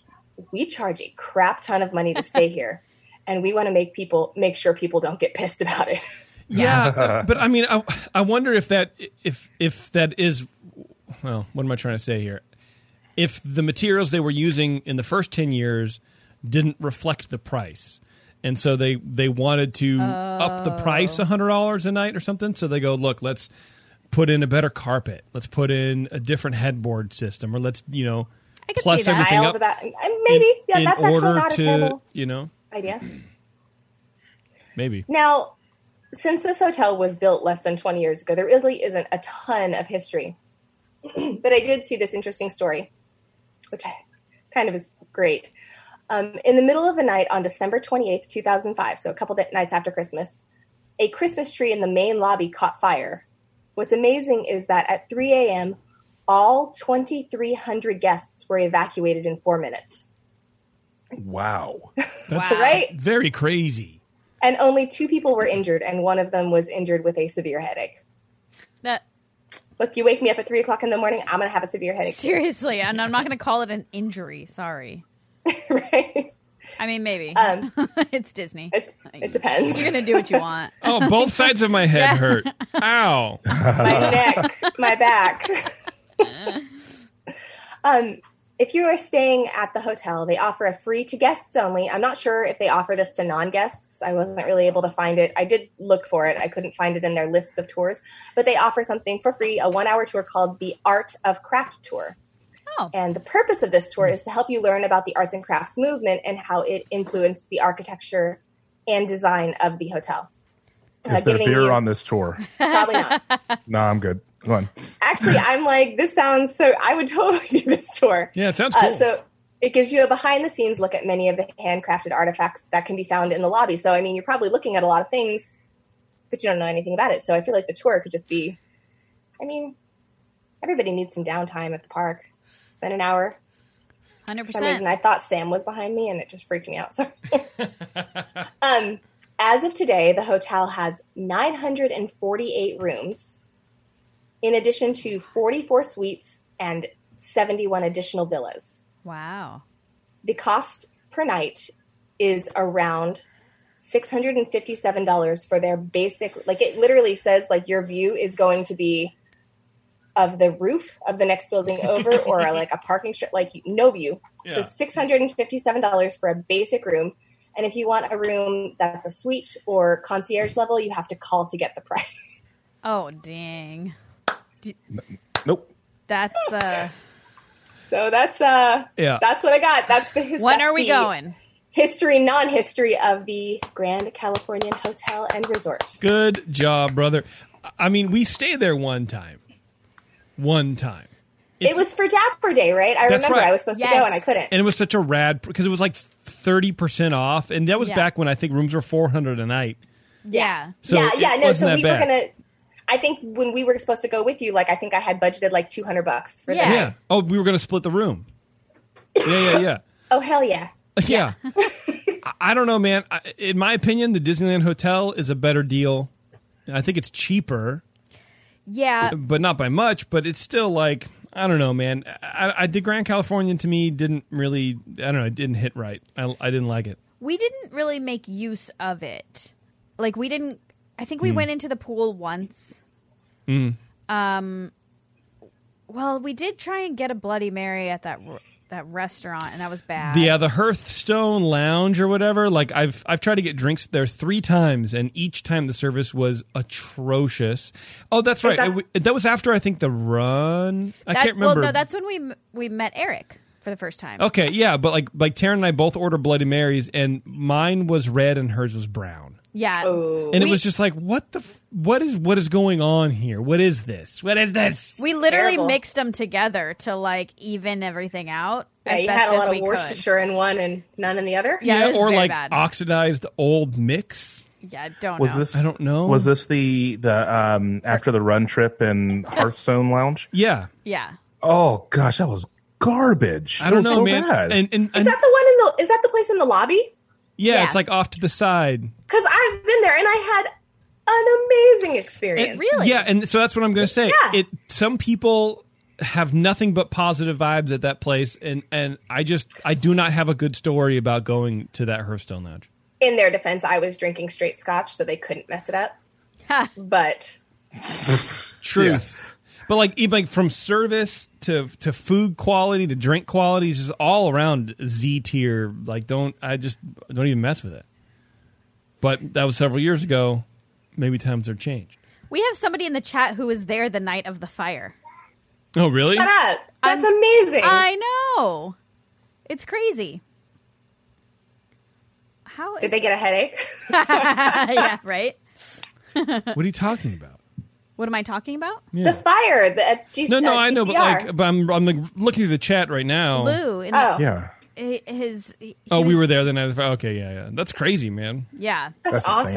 S3: we charge a crap ton of money to stay here and we want to make people make sure people don't get pissed about it
S2: Yeah, but I mean, I, I wonder if that if if that is well, what am I trying to say here? If the materials they were using in the first ten years didn't reflect the price, and so they they wanted to up the price hundred dollars a night or something, so they go, look, let's put in a better carpet, let's put in a different headboard system, or let's you know
S4: I could
S2: plus
S4: see that.
S2: everything
S3: Dial
S2: up
S3: the ba- uh, maybe
S2: in-
S3: yeah
S2: in
S3: that's
S2: order
S3: actually not a
S2: to
S3: terrible
S2: you know
S3: idea
S2: maybe
S3: now since this hotel was built less than 20 years ago there really isn't a ton of history but i did see this interesting story which kind of is great um, in the middle of the night on december 28th 2005 so a couple di- nights after christmas a christmas tree in the main lobby caught fire What's amazing is that at 3 a.m., all 2,300 guests were evacuated in four minutes,
S5: Wow.
S2: that's
S4: Wow.
S3: right?
S2: very crazy.
S3: And only two people were injured, and one of them was injured with a severe headache.
S4: That-
S3: Look, you wake me up at 3 o'clock in the morning, I'm going to have a severe headache,
S4: seriously, and I'm not going to call it an injury. Sorry.
S3: right?
S4: I mean, maybe
S3: Um,
S4: it's Disney.
S3: It, it depends.
S4: You're going to do what you want.
S2: Oh, both sides of my head
S4: Yeah.
S2: hurt. Ow.
S5: Uh.
S3: my neck, my back. um, if you are staying at the hotel, they offer a free to guests only. I'm not sure if they offer this to non guests. I wasn't really able to find it. I did look for it, I couldn't find it in their list of tours, but they offer something for free a one hour tour called the Art of Craft Tour.
S4: Oh.
S3: And the purpose of this tour is to help you learn about the arts and crafts movement and how it influenced the architecture and design of the hotel. Uh,
S5: Is there
S3: giving
S5: beer
S3: you-
S5: on this tour?
S3: Probably not.
S5: no, I'm good. Go on.
S3: actually i'm like this sounds so i would totally do this tour
S2: Yeah, it sounds cool.
S3: uh, so it gives you a behind the scenes look at many of the handcrafted artifacts that can be found in the lobby so i mean you're probably looking at a lot of things but you don't know anything about it so i feel like the tour could just be i mean everybody needs some downtime at the park spend an hour
S4: Hundred
S3: for some reason,
S4: percent.
S3: I thought Sam was behind me, and it just freaked me out. So, um, as of today, the hotel has 948 rooms, in addition to 44 suites and 71 additional villas.
S4: Wow.
S3: The cost per night is around $657 for their basic. Like it literally says, like your view is going to be of the roof of the next building over or like a parking strip, like no view.
S2: Yeah.
S3: So $657 for a basic room. And if you want a room that's a suite or concierge level, you have to call to get the price.
S4: Oh dang,
S5: Nope.
S4: that's uh.
S3: So that's uh
S2: Yeah.
S3: that's what I got. That's the his-
S4: when
S3: that's
S4: are we
S3: the
S4: going?
S3: History, non-history of the Grand Californian Hotel and Resort.
S2: Good job, brother. I mean, we stayed there one time. One time. It's-
S3: it was for Dapper Day, right? I
S2: That's
S3: remember
S2: right.
S3: I was supposed to
S4: Yes.
S3: go and I couldn't.
S2: And it was such a rad because it was like 30% off. And that was
S4: Yeah.
S2: back when I think rooms were 400 a night.
S4: Yeah.
S2: So
S3: yeah, yeah,
S2: it
S3: no.
S2: wasn't
S3: So
S2: that
S3: we
S2: bad.
S3: were gonna. I think when we were supposed to go with you, like I think I had budgeted like two hundred bucks for
S4: Yeah.
S3: that.
S2: Yeah. Oh, we were going to split the room. Yeah, yeah, yeah.
S3: Oh hell yeah!
S2: Yeah. I- I don't know, man. I- In my opinion, the Disneyland Hotel is a better deal. I think it's cheaper,
S4: Yeah.
S2: but not by much. But it's still like I don't know, man. I, I the Grand Californian to me didn't really. I don't know. It didn't hit right. I, I didn't like it.
S4: we didn't really make use of it. Like we didn't. I think we went into the pool once. Um. Well, we did try and get a Bloody Mary at that r- that restaurant, and that was bad.
S2: The uh, the Hearthstone Lounge or whatever. Like I've I've tried to get drinks there three times, and each time the service was atrocious. Oh, that's right.
S3: that-
S2: It w- that was after I think the run. I
S4: That-
S2: can't remember. Oh.
S4: Well, no, that's when we m- we met Eric for the first time.
S2: Okay, yeah, but like like Taryn and I both ordered Bloody Marys, and mine was red and hers was brown,
S4: Yeah.
S3: Oh.
S2: and it
S4: We-
S2: was just like, what the, f- what is what is going on here? What is this? What is this?
S4: We literally
S3: Terrible.
S4: mixed them together to like even everything out
S3: Yeah,
S4: as
S3: you
S4: best
S3: had a
S4: as
S3: lot
S4: we
S3: of
S4: could.
S3: Worcestershire in one and none in the other.
S4: Yeah, it was
S2: or
S4: very
S2: like
S4: bad.
S2: oxidized old mix.
S4: Yeah, don't
S5: Was
S4: know.
S5: this?
S2: I don't know.
S5: Was this the the um after the run trip in Hearthstone Lounge?
S2: Yeah,
S4: Yeah.
S5: Oh gosh, that was garbage.
S2: I
S5: It
S2: don't
S5: was
S2: know,
S5: so
S2: man.
S5: bad.
S2: And and,
S3: Is
S2: and-
S3: that the one in the? Is that the place in the lobby?
S2: yeah,
S4: Yeah.
S2: it's like off to the side.
S3: Because I've been there and I had an amazing experience.
S2: And-
S4: Really?
S2: Yeah, and so that's what I'm going to say.
S3: Yeah.
S2: It some people have nothing but positive vibes at that place, and and I just I do not have a good story about going to that Hearthstone Lounge.
S3: in their defense, I was drinking straight scotch, so they couldn't mess it up.
S4: Ha.
S3: But
S2: truth. But like even like from service to to food quality to drink quality is just all around Z tier. Like don't I just don't even mess with it. But that was several years ago. Maybe times have changed.
S4: We have somebody in the chat who was there the night of the fire.
S2: Oh really?
S3: shut up. That's
S4: I'm-
S3: amazing.
S4: I know. It's crazy. How is
S3: Did they get a headache?
S4: yeah, right?
S2: What are you talking about?
S4: What am I talking about?
S2: Yeah.
S3: The fire. The at G-
S2: No, no,
S3: uh,
S2: I know, but
S3: GPR.
S2: like, but I'm I'm like, looking through the chat right now.
S4: Lou in
S3: oh,
S5: yeah,
S4: hi- his he
S2: Oh, we
S4: was-
S2: were there the night. of- Okay, yeah, yeah, that's crazy, man.
S4: Yeah.
S3: that's,
S5: That's
S3: awesome.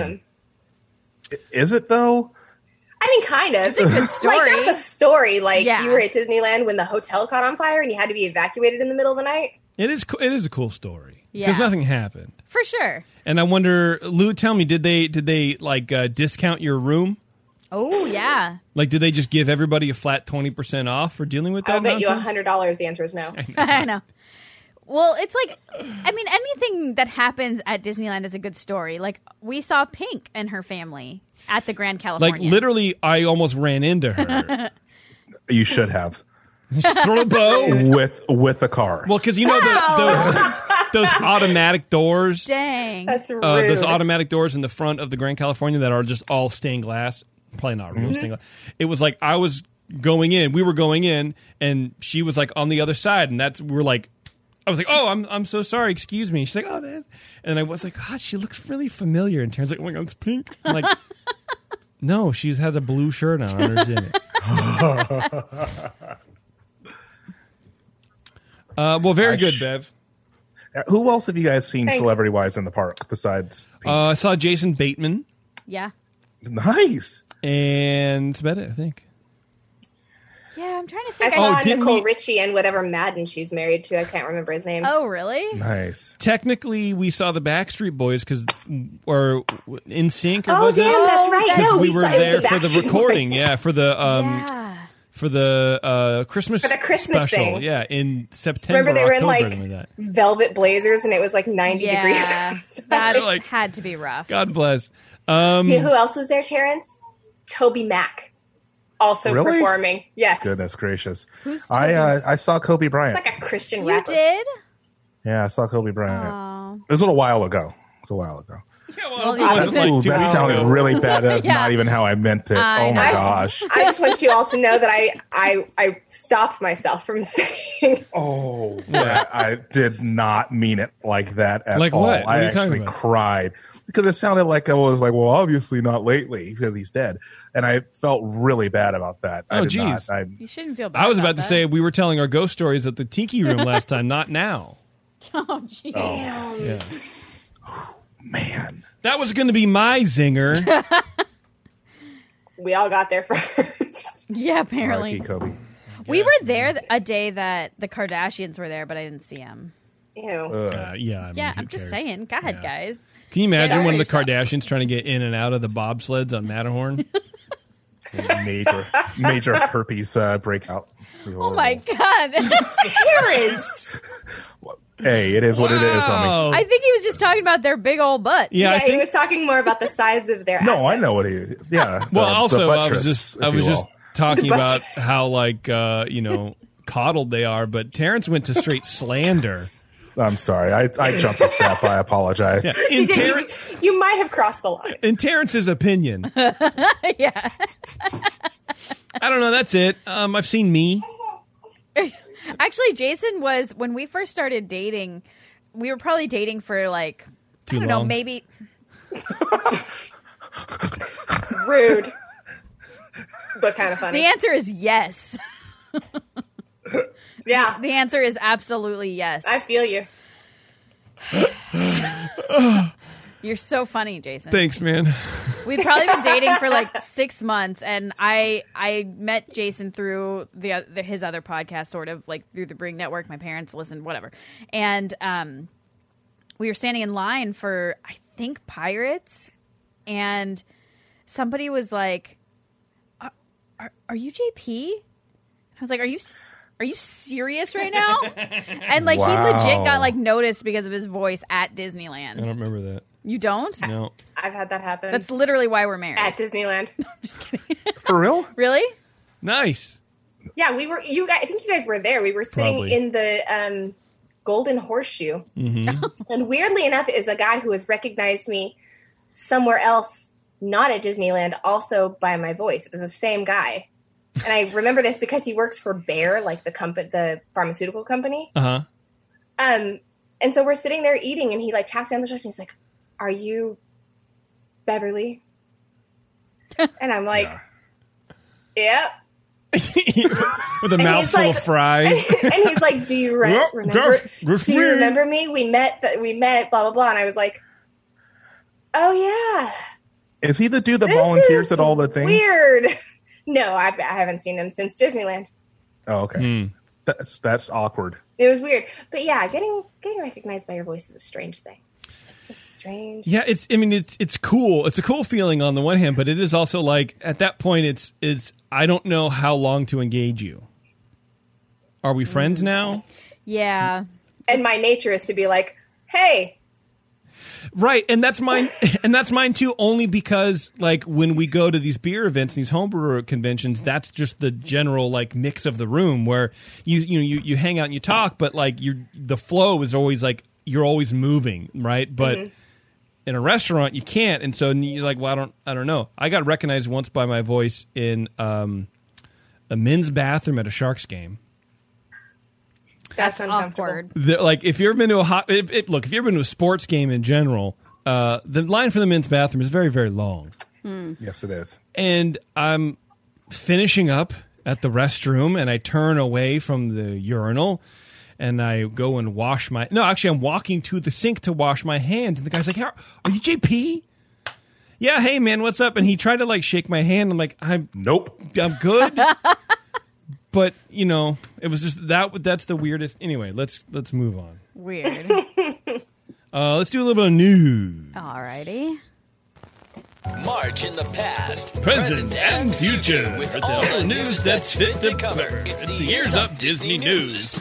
S5: insane. is it though?
S3: I mean, kind of. It's a
S4: good story.
S3: Like, that's a story. Like,
S4: Yeah.
S3: you were at Disneyland when the hotel caught on fire and you had to be evacuated in the middle of the night.
S2: It is co- it is a cool story
S4: Yeah.
S2: because nothing happened.
S4: For sure.
S2: And I wonder, Lou, tell me, did they did they like uh, discount your room?
S4: Oh, yeah.
S2: Like, did they just give everybody a flat twenty percent off for dealing with that?
S3: I'll bet you a
S2: nonsense?
S3: $100 the answer is no.
S4: I know. Well, it's like, I mean, anything that happens at Disneyland is a good story. Like, we saw Pink and her family at the Grand California.
S2: Like, literally, I almost ran into her.
S5: You should have
S2: Just throw a bow.
S5: with with the car.
S2: Well, because you know the, those those automatic doors,
S4: Dang.
S3: That's rude.
S2: uh, those automatic doors in the front of the Grand California that are just all stained glass. Probably not real stained glass. It was like I was going in. We were going in, and she was like on the other side, and that's we are like. I was like, "Oh, I'm I'm so sorry. Excuse me." She's like, "Oh, that," and I was like, "God, she looks really familiar." And Terrence like, "Oh my God, it's pink." I'm like, "No, she's had a blue shirt on. I don't understand it." uh, well, very
S5: I
S2: good,
S5: sh-
S2: Bev.
S5: Who else have you guys seen
S3: Thanks.
S5: celebrity wise in the park besides? Pink?
S2: Uh, I saw Jason Bateman,
S4: yeah.
S5: nice.
S2: and that's about it. I think.
S4: Yeah, I'm trying to
S3: I
S4: think. I-
S2: Oh,
S3: saw
S2: didn't
S3: Nicole
S2: we-
S3: Richie and whatever Madden she's married to. I can't remember his name.
S4: oh, really?
S5: Nice.
S2: technically we saw the Backstreet Boys because or in sync or
S3: Oh,
S2: was
S3: damn,
S2: it?
S3: that's
S4: Oh,
S3: right.
S4: that's
S2: Because
S3: no,
S2: we, were
S3: saw, it
S2: there
S3: was the
S2: for the
S3: Backstreet
S2: recording,
S3: Boys.
S2: yeah, for the um
S4: yeah.
S2: for the uh Christmas
S3: For the Christmas
S2: special,
S3: thing.
S2: yeah, in September.
S3: Remember they were in,
S2: October,
S3: like-
S2: something that.
S3: velvet blazers and it was like 90
S4: Yeah.
S3: degrees.
S4: That
S2: Like-
S4: had to be rough.
S2: God bless.
S5: Hmm.
S3: you know who else was there, Terrence? Toby Mack. also
S5: Really?
S3: performing. Yes,
S5: Goodness gracious!
S4: Who's
S5: I
S4: Toby?
S5: uh, I saw Kobe Bryant.
S3: like a Christian
S4: You
S3: rapper.
S4: did?
S5: yeah, I saw Kobe Bryant.
S4: Oh.
S5: It was a little while ago. It was a while ago.
S2: Yeah,
S4: Well,
S2: it
S4: yeah.
S2: wasn't like
S5: Ooh,
S2: two
S5: that
S2: weeks
S5: sounded
S2: ago.
S5: really bad. That's
S4: Yeah.
S5: not even how I meant it.
S4: I
S5: oh my
S4: know.
S5: gosh.
S3: I just want you all to know that I I I stopped myself from saying
S5: Oh, yeah, I did not mean it like that at
S2: Like
S5: all.
S2: what? What
S5: I
S2: are you talking
S5: actually
S2: about?
S5: cried because it sounded like I was like, well, obviously not lately because he's dead, and I felt really bad about that. I
S2: Oh,
S5: did not.
S2: geez.
S5: I,
S4: You shouldn't feel bad.
S2: I was about to
S4: that.
S2: say we were telling our ghost stories at the tiki room last time, not now.
S4: Oh, jeez.
S2: Yeah.
S5: man,
S2: That was going to be my zinger.
S3: we all got there first.
S4: Yeah,
S5: R.I.P.
S4: apparently.
S5: Kobe.
S4: We were there th- a day that the Kardashians were there, but I didn't see them.
S3: Ew.
S5: Ugh.
S2: Uh, yeah, I mean,
S4: Yeah,
S2: who
S4: I'm
S2: cares?
S4: just saying. God,
S2: Yeah.
S4: guys.
S2: Can you imagine
S3: Yeah.
S2: one of the Kardashians trying to get in and out of the bobsleds on Matterhorn?
S3: Oh,
S5: major, major herpes uh, breakout.
S4: Oh, my God.
S3: Parents.
S5: Hey, it is what it is, homie.
S2: Wow.
S4: I think he was just talking about their big old butt.
S2: yeah,
S3: Yeah,
S2: I
S3: he
S2: think.
S3: was talking more about the size of their.
S5: No, I
S3: assets.
S5: know what he. Yeah.
S2: well,
S5: the- the
S2: also, I was
S5: buttress,
S2: just,
S5: if
S2: I was
S5: you
S2: just
S5: will.
S2: talking
S3: The
S2: about
S3: buttress.
S2: how like uh, you know coddled they are, but Terrence went to straight slander.
S5: I'm sorry. I, I jumped a step. I apologize.
S3: You,
S2: In,
S3: did,
S2: Ter-
S3: you, you might have crossed the line.
S2: in Terrence's opinion, I
S4: yeah.
S2: don't know. That's it. Um, I've seen me.
S4: Actually, Jason was when we first started dating. We were probably dating for like
S2: Too
S4: I don't know,
S2: long.
S4: maybe
S3: Rude, but kind of funny.
S4: the answer is yes.
S3: yeah,
S4: The answer is absolutely yes.
S3: I feel you.
S4: You're so funny, Jason.
S2: Thanks, man.
S4: We'd probably been dating for like six months, and I I met Jason through the, oth- the his other podcast, sort of like through the Bring Network. My parents listened, whatever, and um, we were standing in line for I think Pirates, and somebody was like, "Are are, are you JP?" I was like, "Are you?" s- Are you serious right now? And like he
S5: Wow.
S4: legit got like noticed because of his voice at Disneyland.
S2: I don't remember that.
S4: You don't?
S2: No.
S3: I've had that happen.
S4: That's literally why we're married.
S3: at Disneyland.
S5: For real?
S4: Really?
S2: Nice.
S3: Yeah, we were. You guys, I think you guys were there. We were sitting
S2: Probably.
S3: in the um, Golden Horseshoe, and weirdly enough, is a guy who has recognized me somewhere else, not at Disneyland, also by my voice. It was the same guy, and I remember this because he works for Bayer, like the company, the pharmaceutical company.
S2: Uh huh.
S3: Um, and so we're sitting there eating, and he like taps me on the shoulder, and he's like, "Are you Beverly?" and I'm like, "Yep."
S2: With a
S3: And he's
S2: mouthful
S3: like-
S2: of fries.
S3: and he's like, "Do you re-
S2: Well,
S3: remember?
S2: that's- that's
S3: do you
S2: me."
S3: remember me? We met. That we met. Blah blah blah." And I was like, "Oh yeah,
S5: Is he the dude that
S3: this
S5: volunteers
S3: is
S5: at all the things?
S3: Weird. No, I, I haven't seen him since Disneyland.
S5: Oh, okay. That's that's awkward.
S3: It was weird, but yeah, getting getting recognized by your voice is a strange thing. It's strange.
S2: Yeah, it's. I mean, it's it's cool. It's a cool feeling on the one hand, but it is also like at that point, it's it's. I don't know how long to engage you. Are we friends now?
S4: Yeah.
S3: And my nature is to be like, "Hey,
S2: Right, and that's mine. and that's mine too. Only because like when we go to these beer events, these homebrewer conventions, that's just the general like mix of the room where you you know you, you hang out and you talk, but like you the flow is always like you're always moving, right? But in a restaurant you can't, and so you're like, well, I don't, I don't know. I got recognized once by my voice in um, a men's bathroom at a Sharks game.
S3: that's, uncomfortable."
S4: Awkward.
S2: the, like if you've ever been to a hot it, it, look if you've ever been to a sports game in general uh, the line for the men's bathroom is very very long
S5: Yes, it is.
S2: and i'm finishing up at the restroom and i turn away from the urinal and i go and wash my no actually i'm walking to the sink to wash my hands and the guy's like "How- are you jp yeah hey man what's up and he tried to like shake my hand i'm like i'm
S5: Nope.
S2: I'm good. but you know, it was just that. That's the weirdest. Anyway, let's let's move on.
S4: Weird.
S2: Uh, let's do a little bit of news.
S4: Alrighty.
S6: March in the past,
S2: Present and future,
S6: with all the news that's fit to cover. It's the Ears Up Disney News.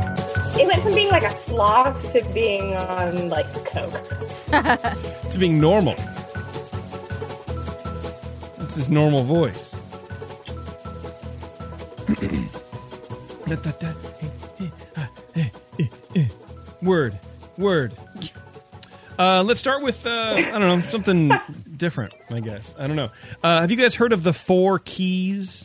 S3: It went from being like a sloth to being on like coke.
S2: It's being normal. It's his normal voice. Da, da, da, eh, eh, ah, eh, eh, eh. Word, word. Uh, let's start with uh, I don't know something different. I guess I don't know. Uh, have you guys heard of the Four Keys?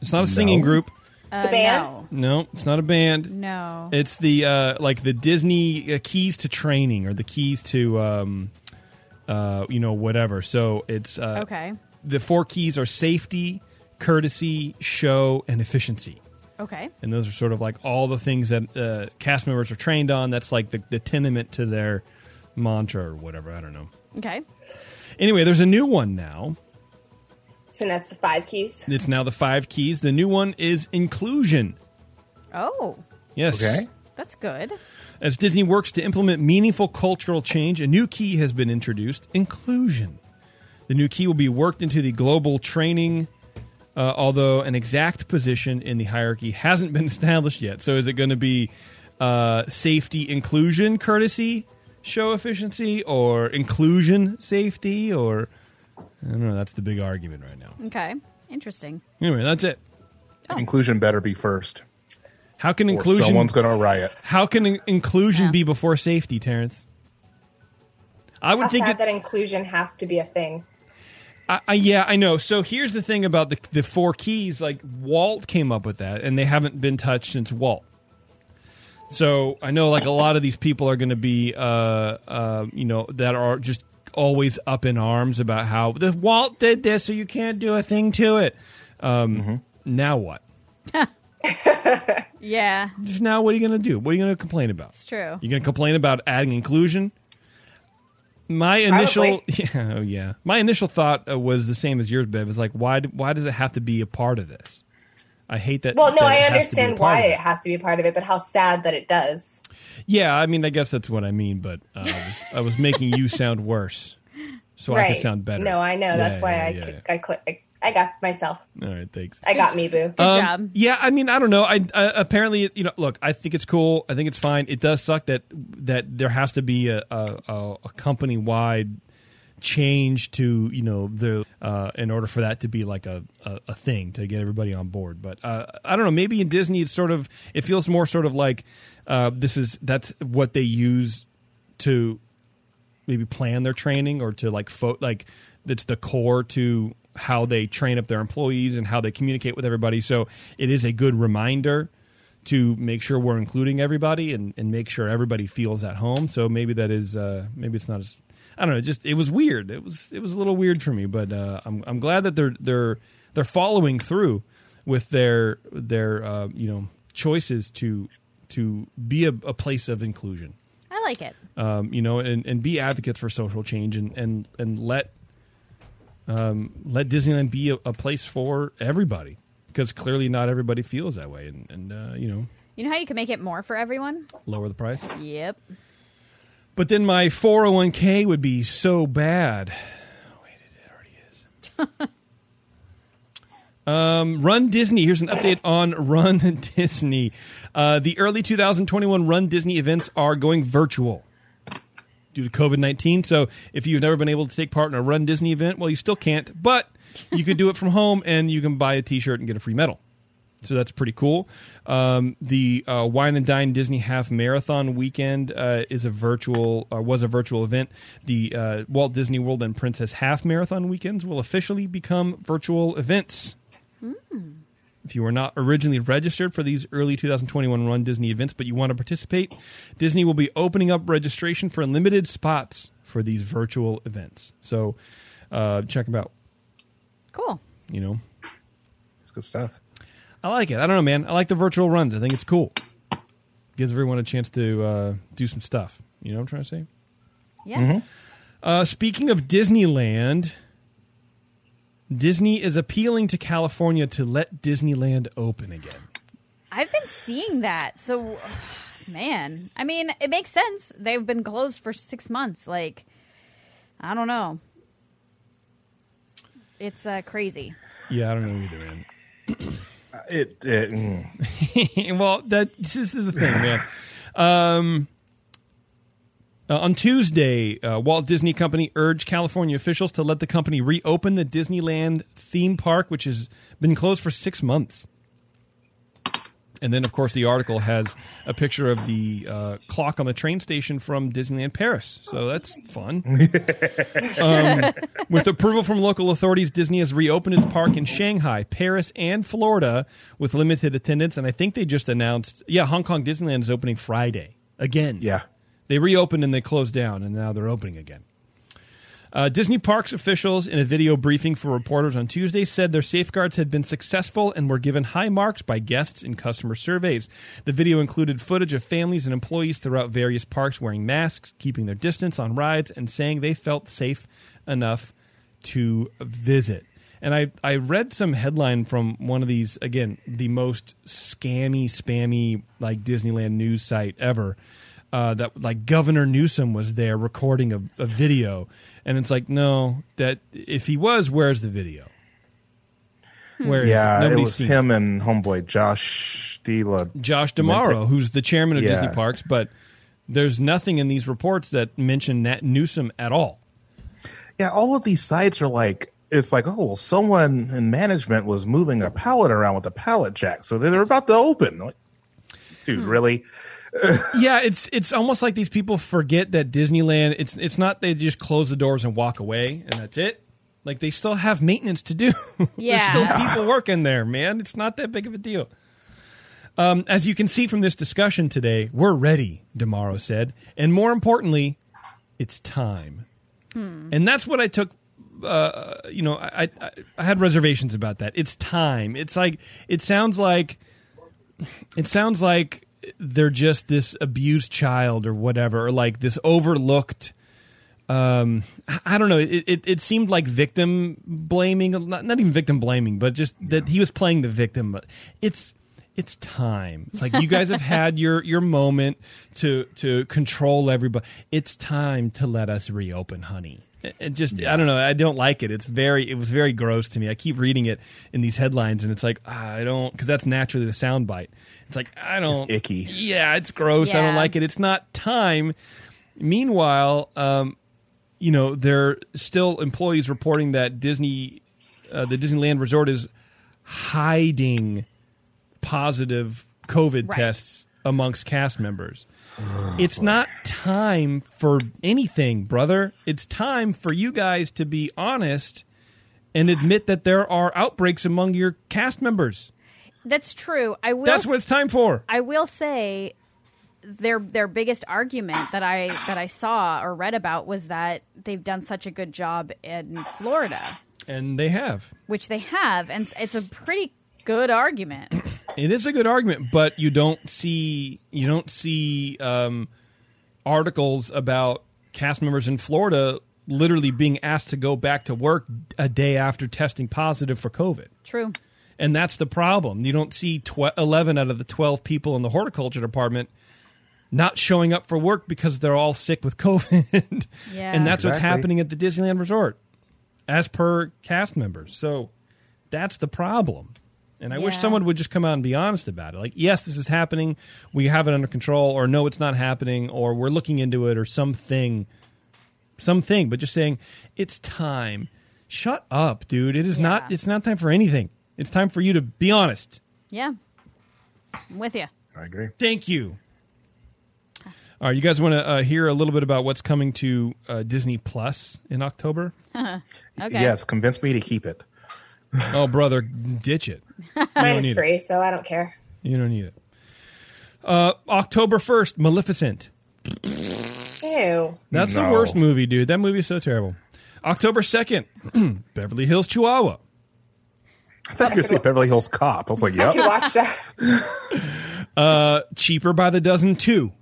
S2: It's not a singing
S5: No.
S2: group.
S4: Uh,
S3: The band?
S2: No, it's not a band.
S4: No. No.
S2: It's the uh, like the Disney uh, keys to training or the keys to um, uh, you know whatever. So it's uh,
S4: okay.
S2: The four keys are safety, courtesy, show, and efficiency.
S4: Okay.
S2: And those are sort of like all the things that uh, cast members are trained on. That's like the, the tenement to their mantra or whatever. I don't know.
S4: Okay.
S2: Anyway, there's a new one now.
S3: So that's the five keys.
S2: It's now the five keys. The new one is inclusion.
S4: Oh,
S2: Yes.
S5: Okay.
S4: that's good.
S2: As Disney works to implement meaningful cultural change, a new key has been introduced inclusion. The new key will be worked into the global training, uh, although an exact position in the hierarchy hasn't been established yet. So, is it going to be uh, safety, inclusion, courtesy, show efficiency, or inclusion, safety? Or, I don't know, that's the big argument right now.
S4: Okay. Interesting.
S2: Anyway, that's it.
S3: Oh.
S5: Inclusion better be first.
S2: How can
S5: Or
S2: inclusion.
S5: someone's going to riot.
S2: How can in- inclusion
S4: Yeah.
S2: be before safety, Terrence? I would
S3: How
S2: think
S3: sad
S2: it,
S3: that inclusion has to be a thing.
S2: I, I, yeah, I know. So here's the thing about the the four keys. Like Walt came up with that, and they haven't been touched since Walt. So I know, like a lot of these people are going to be, uh, uh, you know, that are just always up in arms about how the Walt did this, so you can't do a thing to it. Um, Now what?
S4: Yeah,
S2: Just now, what are you going to do? What are you going to complain about?
S4: it's true.
S2: You're going to complain about adding inclusion? My initial
S3: Probably.
S2: yeah, oh yeah. My initial thought uh, was the same as yours, Bev. It's like why d- why does it have to be a part of this? I hate that.
S3: Well, no,
S2: that
S3: I
S2: it has to be a
S3: understand
S2: part
S3: why
S2: of
S3: it has to be a part of it, but how sad that it does.
S2: Yeah, I mean, I guess that's what I mean, but uh, I, was, I was making you sound worse, so I
S3: right.
S2: could sound better.
S3: No, I know.
S2: Yeah,
S3: That's why
S2: yeah,
S3: I,
S2: yeah,
S3: cl- I, cl- I I got myself.
S2: yeah. All right, thanks.
S3: I got me boo.
S4: Good
S2: Um,
S4: job.
S2: Yeah, I mean, I don't know. I uh, apparently, you know, look, I think it's cool. I think it's fine. It does suck that that there has to be a a, a company wide change to you know the uh, in order for that to be like a, a a thing to get everybody on board. But uh, I don't know. Maybe in Disney, it's sort of it feels more sort of like uh, this is that's what they use to maybe plan their training or to like fo- like that's the core to how they train up their employees and how they communicate with everybody. So it is a good reminder to make sure we're including everybody and, and make sure everybody feels at home. So maybe that is uh, maybe it's not as I don't know. Just it was weird. It was it was a little weird for me, but uh, I'm I'm glad that they're they're they're following through with their their uh, you know choices to to be a, a place of inclusion
S4: I like it.
S2: um, you know, and, and be advocates for social change and and and let um, let Disneyland be a, a place for everybody because clearly not everybody feels that way, and and uh, you know,
S4: You know how you can make it more for everyone?
S2: lower the price.
S4: Yep.
S2: But then my 401k would be so bad. Oh, wait, it already is. um, Run Disney. Here's an update on Run Disney. Uh, the early 2021 Run Disney events are going virtual due to COVID 19. So if you've never been able to take part in a Run Disney event, well, you still can't, but you could do it from home and you can buy a t shirt and get a free medal. So that's pretty cool. Um, the uh, Wine and Dine Disney Half Marathon weekend uh, is a virtual uh, was a virtual event. The uh, Walt Disney World and Princess Half Marathon weekends will officially become virtual events. If you were not originally registered for these early 2021 Run Disney events, but you want to participate, Disney will be opening up registration for limited spots for these virtual events. So uh, check them out.
S4: Cool.
S2: You know,
S5: It's good stuff.
S2: I like it. I don't know, man. I like the virtual runs. I think it's cool. Gives everyone a chance to uh, do some stuff. You know what I'm trying to say?
S4: Yeah.
S2: Uh, speaking of Disneyland, Disney is appealing to California to let Disneyland open again.
S4: I've been seeing that. So, man, I mean, it makes sense. They've been closed for six months. Like, I don't know. It's uh, crazy.
S2: Yeah, I don't know either, man.
S5: It, it mm.
S2: well, that this is the thing, man. Um, Uh, on Tuesday, uh, Walt Disney Company urged California officials to let the company reopen the Disneyland theme park, which has been closed for six months. And then, of course, the article has a picture of the uh, clock on the train station from Disneyland Paris. So that's fun. Um, With approval from local authorities, Disney has reopened its park in Shanghai, Paris, and Florida with limited attendance. And I think they just announced, yeah, Hong Kong Disneyland is opening Friday again.
S5: Yeah.
S2: They reopened and they closed down, and now they're opening again. Uh, Disney Parks officials, in a video briefing for reporters on Tuesday, said their safeguards had been successful and were given high marks by guests in customer surveys. The video included footage of families and employees throughout various parks wearing masks, keeping their distance on rides, and saying they felt safe enough to visit. And I, I read some headline from one of these, again, the most scammy, spammy, like Disneyland news site ever uh, that like Governor Newsom was there recording a, a video, and it's like, no, that if he was, where's the video? Where is it?
S5: Yeah, it
S2: Nobody's
S5: was
S2: seen
S5: him and homeboy Josh Dila.
S2: Josh Damaro, who's the chairman of
S5: Yeah.
S2: Disney Parks, but there's nothing in these reports that mention Nat Newsom at all.
S5: Yeah, all of these sites are like it's like, oh well, someone in management was moving a pallet around with a pallet jack, so they're about to open. Like,
S3: Hmm.
S5: dude, really?
S2: Yeah, it's it's almost like these people forget that Disneyland. It's it's not they just close the doors and walk away and that's it. Like they still have maintenance to do. There's
S4: Yeah.
S2: still people working there, man. It's not that big of a deal. Um, as you can see from this discussion today, we're ready, Damaro said, and more importantly, it's time. And that's what I took. Uh, you know, I, I I had reservations about that. It's time. It's like it sounds like it sounds like they're just this abused child or whatever, or like this overlooked. Um, I- I don't know. It, it it seemed like victim blaming, not not even victim blaming, but just that he was playing the victim. It's it's time. It's like you guys have had your your moment to to control everybody. It's time to let us reopen, honey. It- It just I don't know. I don't like it. It's very it was very gross to me. I keep reading it in these headlines, and it's like ah, I don't because that's naturally the soundbite. It's like I don't
S5: icky.
S2: Yeah, it's gross. I don't
S4: Yeah.
S2: like it. It's not time. Meanwhile, um, you know, there are still employees reporting that Disney, uh, the Disneyland Resort is hiding positive COVID
S4: Right.
S2: tests amongst cast members. it's not time for anything, brother. It's time for you guys to be honest and admit that there are outbreaks among your cast members.
S4: That's true. I will.
S2: That's what it's time for.
S4: I will say their their biggest argument that I that I saw or read about was that they've done such a good job in Florida,
S2: And they have.
S4: which they have, and it's- it's a pretty good argument.
S2: It is a good argument, but you don't see you don't see um, articles about cast members in Florida literally being asked to go back to work a day after testing positive for COVID,
S4: True.
S2: and that's the problem. You don't see tw- eleven out of the twelve people in the horticulture department not showing up for work because they're all sick with COVID,
S4: Yeah.
S2: and that's what's
S5: Exactly.
S2: happening at the Disneyland Resort, as per cast members. So that's the problem. And I wish
S4: Yeah.
S2: someone would just come out and be honest about it. Like, yes, this is happening. We have it under control, or no, it's not happening, or we're looking into it, or something, something. But just saying it's time. Shut up, dude. It is
S4: Yeah.
S2: not. It's not time for anything. It's time for you to be honest.
S4: Yeah, I'm with you.
S5: I agree.
S2: Thank you. All right, you guys want to uh, hear a little bit about what's coming to uh, Disney Plus in October?
S4: Okay.
S5: Yes, convince me to keep it.
S2: oh, brother, ditch it.
S3: Mine
S2: need it.
S3: is free, so I don't care.
S2: You don't need it. Uh, October 1st, Maleficent.
S3: Ew.
S2: That's the
S5: No.
S2: worst movie, dude. That movie's so terrible. October 2nd, Beverly Hills Chihuahua.
S5: I thought you were saying Beverly Hills Cop. I was like,
S2: Uh,
S3: You
S5: yep.
S3: watch that.
S2: Cheaper by the dozen, too.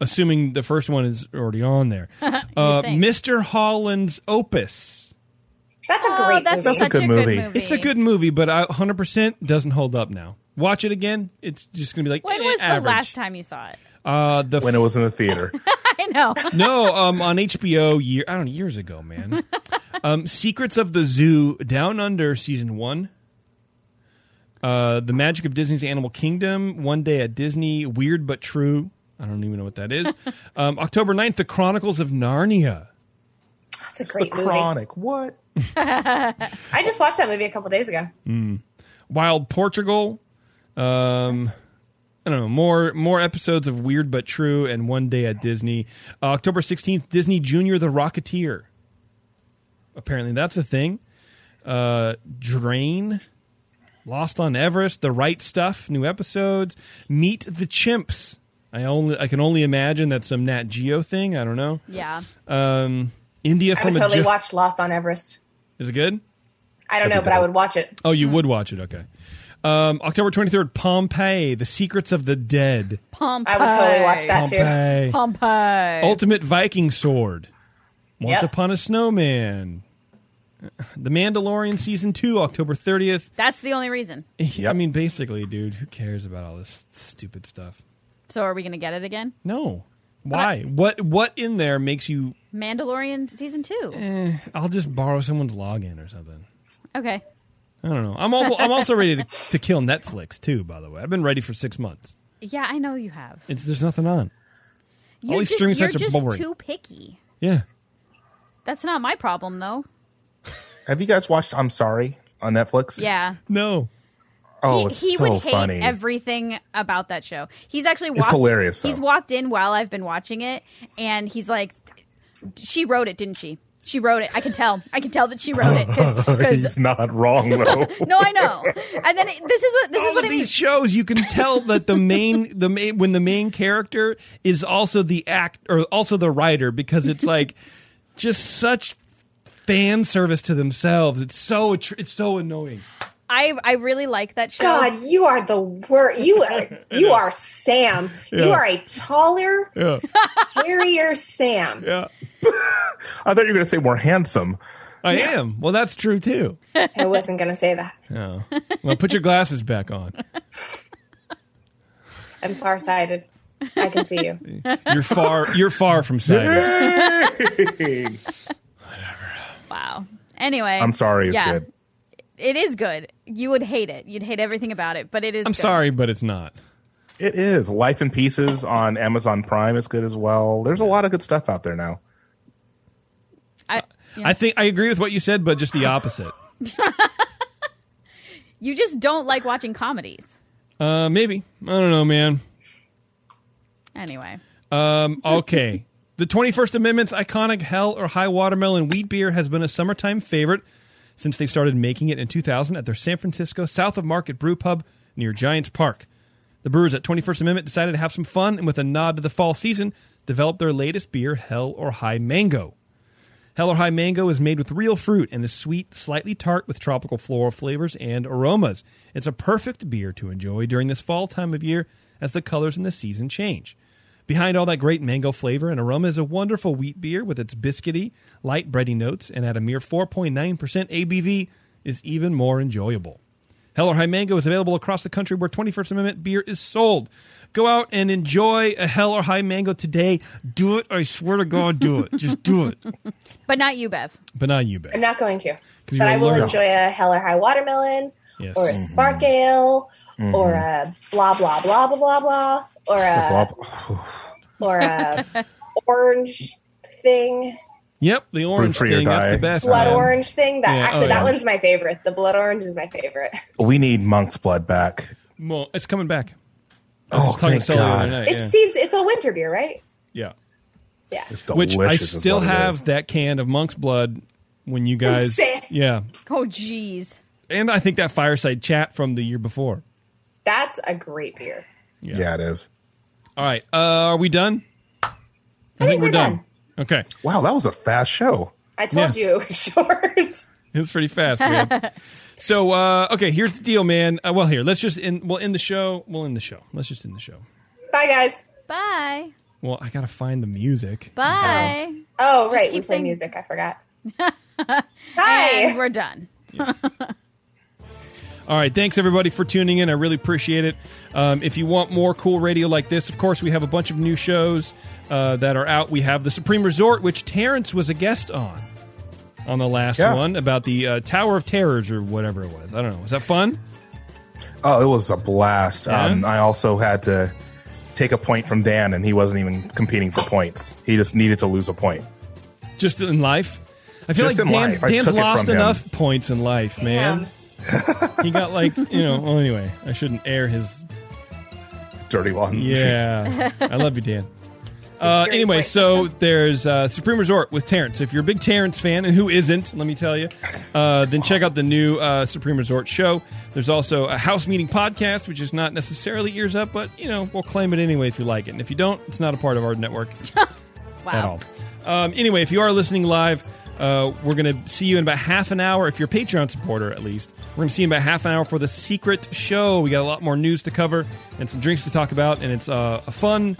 S2: Assuming the first one is already on there. Uh,
S4: think.
S2: Mr. Holland's Opus.
S3: That's a
S4: Oh,
S3: great
S4: that's,
S3: movie.
S4: such a good movie.
S2: It's a good movie, but I, 100% doesn't hold up now. Watch it again. It's just going to be like,
S4: When
S2: eh,
S4: was the
S2: average.
S4: last time you saw it?
S2: Uh, the
S5: When it was in the theater.
S4: I know.
S2: no, um, on HBO year I don't know, years ago, man. Um, Secrets of the Zoo Down Under season one. Uh, the Magic of Disney's Animal Kingdom, One Day at Disney, Weird but True. I don't even know what that is. um, October 9th, The Chronicles of Narnia.
S3: That's a
S5: It's the
S3: great movie.
S5: chronic. What?
S3: I just watched that movie a couple days ago.
S2: Wild Portugal. Um, I don't know more more episodes of Weird but True and One Day at Disney. Uh, October sixteenth, Disney Junior: The Rocketeer. Apparently, that's a thing. Uh, Drain, Lost on Everest, The Right Stuff, new episodes. Meet the Chimps. I only I can only imagine that's some Nat Geo thing. I don't know.
S4: Yeah.
S2: Um, India
S3: I would
S2: from a
S3: totally
S2: Ju-
S3: watch Lost on Everest.
S2: is it good?
S3: I don't know, but I would watch it.
S2: Oh, you would watch it. Okay. Um, October 23rd, Pompeii, The Secrets of the Dead.
S4: Pompeii.
S3: I would totally watch that too.
S2: Pompeii.
S4: Pompeii.
S2: Ultimate Viking Sword. Once
S3: Yep.
S2: Upon a Snowman. The Mandalorian Season 2, October 30th.
S4: That's the only reason.
S2: I mean, basically, dude, who cares about all this stupid stuff?
S4: So are we going to get it again?
S2: No. Why? what What in there makes you.
S4: Mandalorian season two.
S5: Eh.
S2: I'll just borrow someone's login or something.
S4: Okay.
S2: I don't know. I'm, al- I'm also ready to, to kill Netflix, too, by the way. I've been ready for six months.
S4: Yeah, I know you have.
S2: It's There's nothing on.
S4: You're
S2: All these
S4: just,
S2: streaming
S4: you're
S2: sites are
S4: just
S2: boring.
S4: too picky.
S2: Yeah.
S4: That's not my problem though.
S5: Have you guys watched I'm Sorry on Netflix?
S4: Yeah.
S2: No.
S5: Oh,
S4: he,
S5: it's
S4: he
S5: so
S4: would hate
S5: funny.
S4: everything about that show. He's actually walked,
S5: It's hilarious, though.
S4: He's walked in while I've been watching it, and he's like, "She wrote it, didn't she? She wrote it. I can tell. I can tell that she wrote it because."
S5: He's not wrong though.
S4: No, I know. And then it- this is what this is
S2: all
S4: what
S2: of
S4: I mean.
S2: these shows you can tell that the main the main when the main character is also the act or also the writer because it's like just such fan service to themselves it's so attr- it's so annoying
S4: I I really like that show.
S3: God, you are the worst. You are you are Sam. You
S2: Yeah.
S3: are a taller,
S2: yeah
S3: hairier Sam.
S2: yeah
S5: I thought you were going to say more handsome.
S2: i am well that's true too
S3: I wasn't gonna say that.
S2: oh. well put your glasses back on
S3: I'm farsighted. I can see you.
S2: you're far you're far from sight
S4: Wow. Anyway,
S5: I'm sorry. It's
S4: Yeah.
S5: good.
S4: It is good. You would hate it. You'd hate everything about it, but it is.
S2: i'm
S4: good.
S2: sorry but it's not
S5: It is. Life in Pieces on Amazon Prime is good as well. There's a lot of good stuff out there now.
S4: I, you, know,
S2: i think i agree with what you said but just the opposite
S4: you just don't like watching comedies.
S2: uh maybe i don't know man
S4: Anyway,
S2: Um, okay. the 21st Amendment's iconic Hell or High Watermelon Wheat Beer has been a summertime favorite since they started making it in 2000 at their San Francisco South of Market Brew Pub near Giants Park. The brewers at 21st Amendment decided to have some fun and, with a nod to the fall season, developed their latest beer, Hell or High Mango. Hell or High Mango is made with real fruit and is sweet, slightly tart with tropical floral flavors and aromas. It's a perfect beer to enjoy during this fall time of year as the colors in the season change. Behind all that great mango flavor and aroma is a wonderful wheat beer with its biscuity, light bready notes, and at a mere 4.9% ABV is even more enjoyable. Hell or High Mango is available across the country where 21st Amendment beer is sold. Go out and enjoy a Hell or High Mango today. Do it. I swear to God, do it. Just do it.
S4: but not you, Bev.
S2: But not you, babe.
S3: I'm not going to.
S2: you
S3: But I will
S2: learn.
S3: enjoy a hell or high watermelon
S2: Yes. Mm-hmm.
S3: or a spark ale
S4: Mm-hmm.
S3: or a blah blah blah blah blah blah or a
S5: Bob,
S3: or a orange thing.
S2: Yep, the orange
S5: for your
S2: thing. That's
S5: die.
S2: the best.
S3: Blood
S2: man.
S3: orange thing. That
S2: Um, Yeah,
S3: actually
S2: oh, yeah.
S3: that one's my favorite. The blood orange is my favorite.
S5: we need monk's blood back.
S2: Mo- It's coming back.
S5: Oh,
S2: Talking
S5: thank
S2: to Sully the other
S5: God.
S2: night.
S3: It
S2: Yeah.
S3: seems it's a winter beer, right?
S2: yeah.
S3: Yeah.
S5: It's
S2: Which I
S5: delicious is
S2: still
S5: what it is.
S2: have that can of monk's blood when you guys.
S3: Sick.
S2: Yeah.
S4: Oh, jeez.
S2: And I think that fireside chat from the year before.
S3: That's a great beer.
S5: Yeah. it is.
S2: All right. Uh, are we done? I,
S3: think we're done.
S2: Okay.
S5: Wow, that was a fast show.
S3: I told
S2: Yeah.
S3: you it was short.
S2: It was pretty fast, man. so, uh, okay, here's the deal, man. Uh, well, here, let's just end, we'll end the show. We'll end the show. Let's just end the show.
S3: Bye guys.
S4: Bye.
S2: Well, I gotta find the music.
S4: Bye.
S3: Oh right, we
S4: keep
S3: play
S4: saying-
S3: music. I forgot.
S4: And
S3: Hi.
S4: we're done.
S2: All right, thanks everybody for tuning in. I really appreciate it. Um, if you want more cool radio like this, of course, we have a bunch of new shows uh, that are out. We have the Supreme Resort, which Terrence was a guest on on the last
S5: Yeah.
S2: one about the uh, Tower of Terrors or whatever it was. I don't know. Was that fun?
S5: Oh, it was a blast.
S2: Yeah?
S5: Um, I also had to take a point from Dan, and he wasn't even competing for points. He just needed to lose a point.
S2: Just in life. I feel
S5: Just
S2: like
S5: in
S2: Dan,
S5: life. I
S2: Dan's
S5: took it from
S2: lost
S5: him.
S2: enough points in life, man. he got like, you know, well, anyway, I shouldn't air his.
S5: Dirty one.
S2: Yeah. I love you, Dan. Uh,
S3: Dirty
S2: anyway,
S3: point.
S2: so there's uh, Supreme Resort with Terrence. If you're a big Terrence fan, and who isn't, let me tell you, uh, then check out the new uh, Supreme Resort show. There's also a house meeting podcast, which is not necessarily ears up, but you know we'll claim it anyway if you like it. And if you don't, it's not a part of our network at
S4: Wow.
S2: all. Um, anyway, if you are listening live, uh, we're going to see you in about half an hour. If you're a Patreon supporter, at least, we're going to see you in about half an hour for the secret show. We got a lot more news to cover and some drinks to talk about, and it's uh, a fun,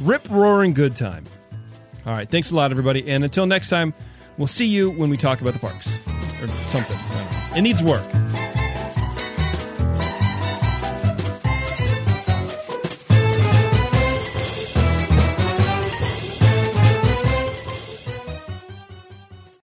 S2: rip roaring good time. All right, thanks a lot, everybody, and until next time, we'll see you when we talk about the parks or something. I don't know. It needs work.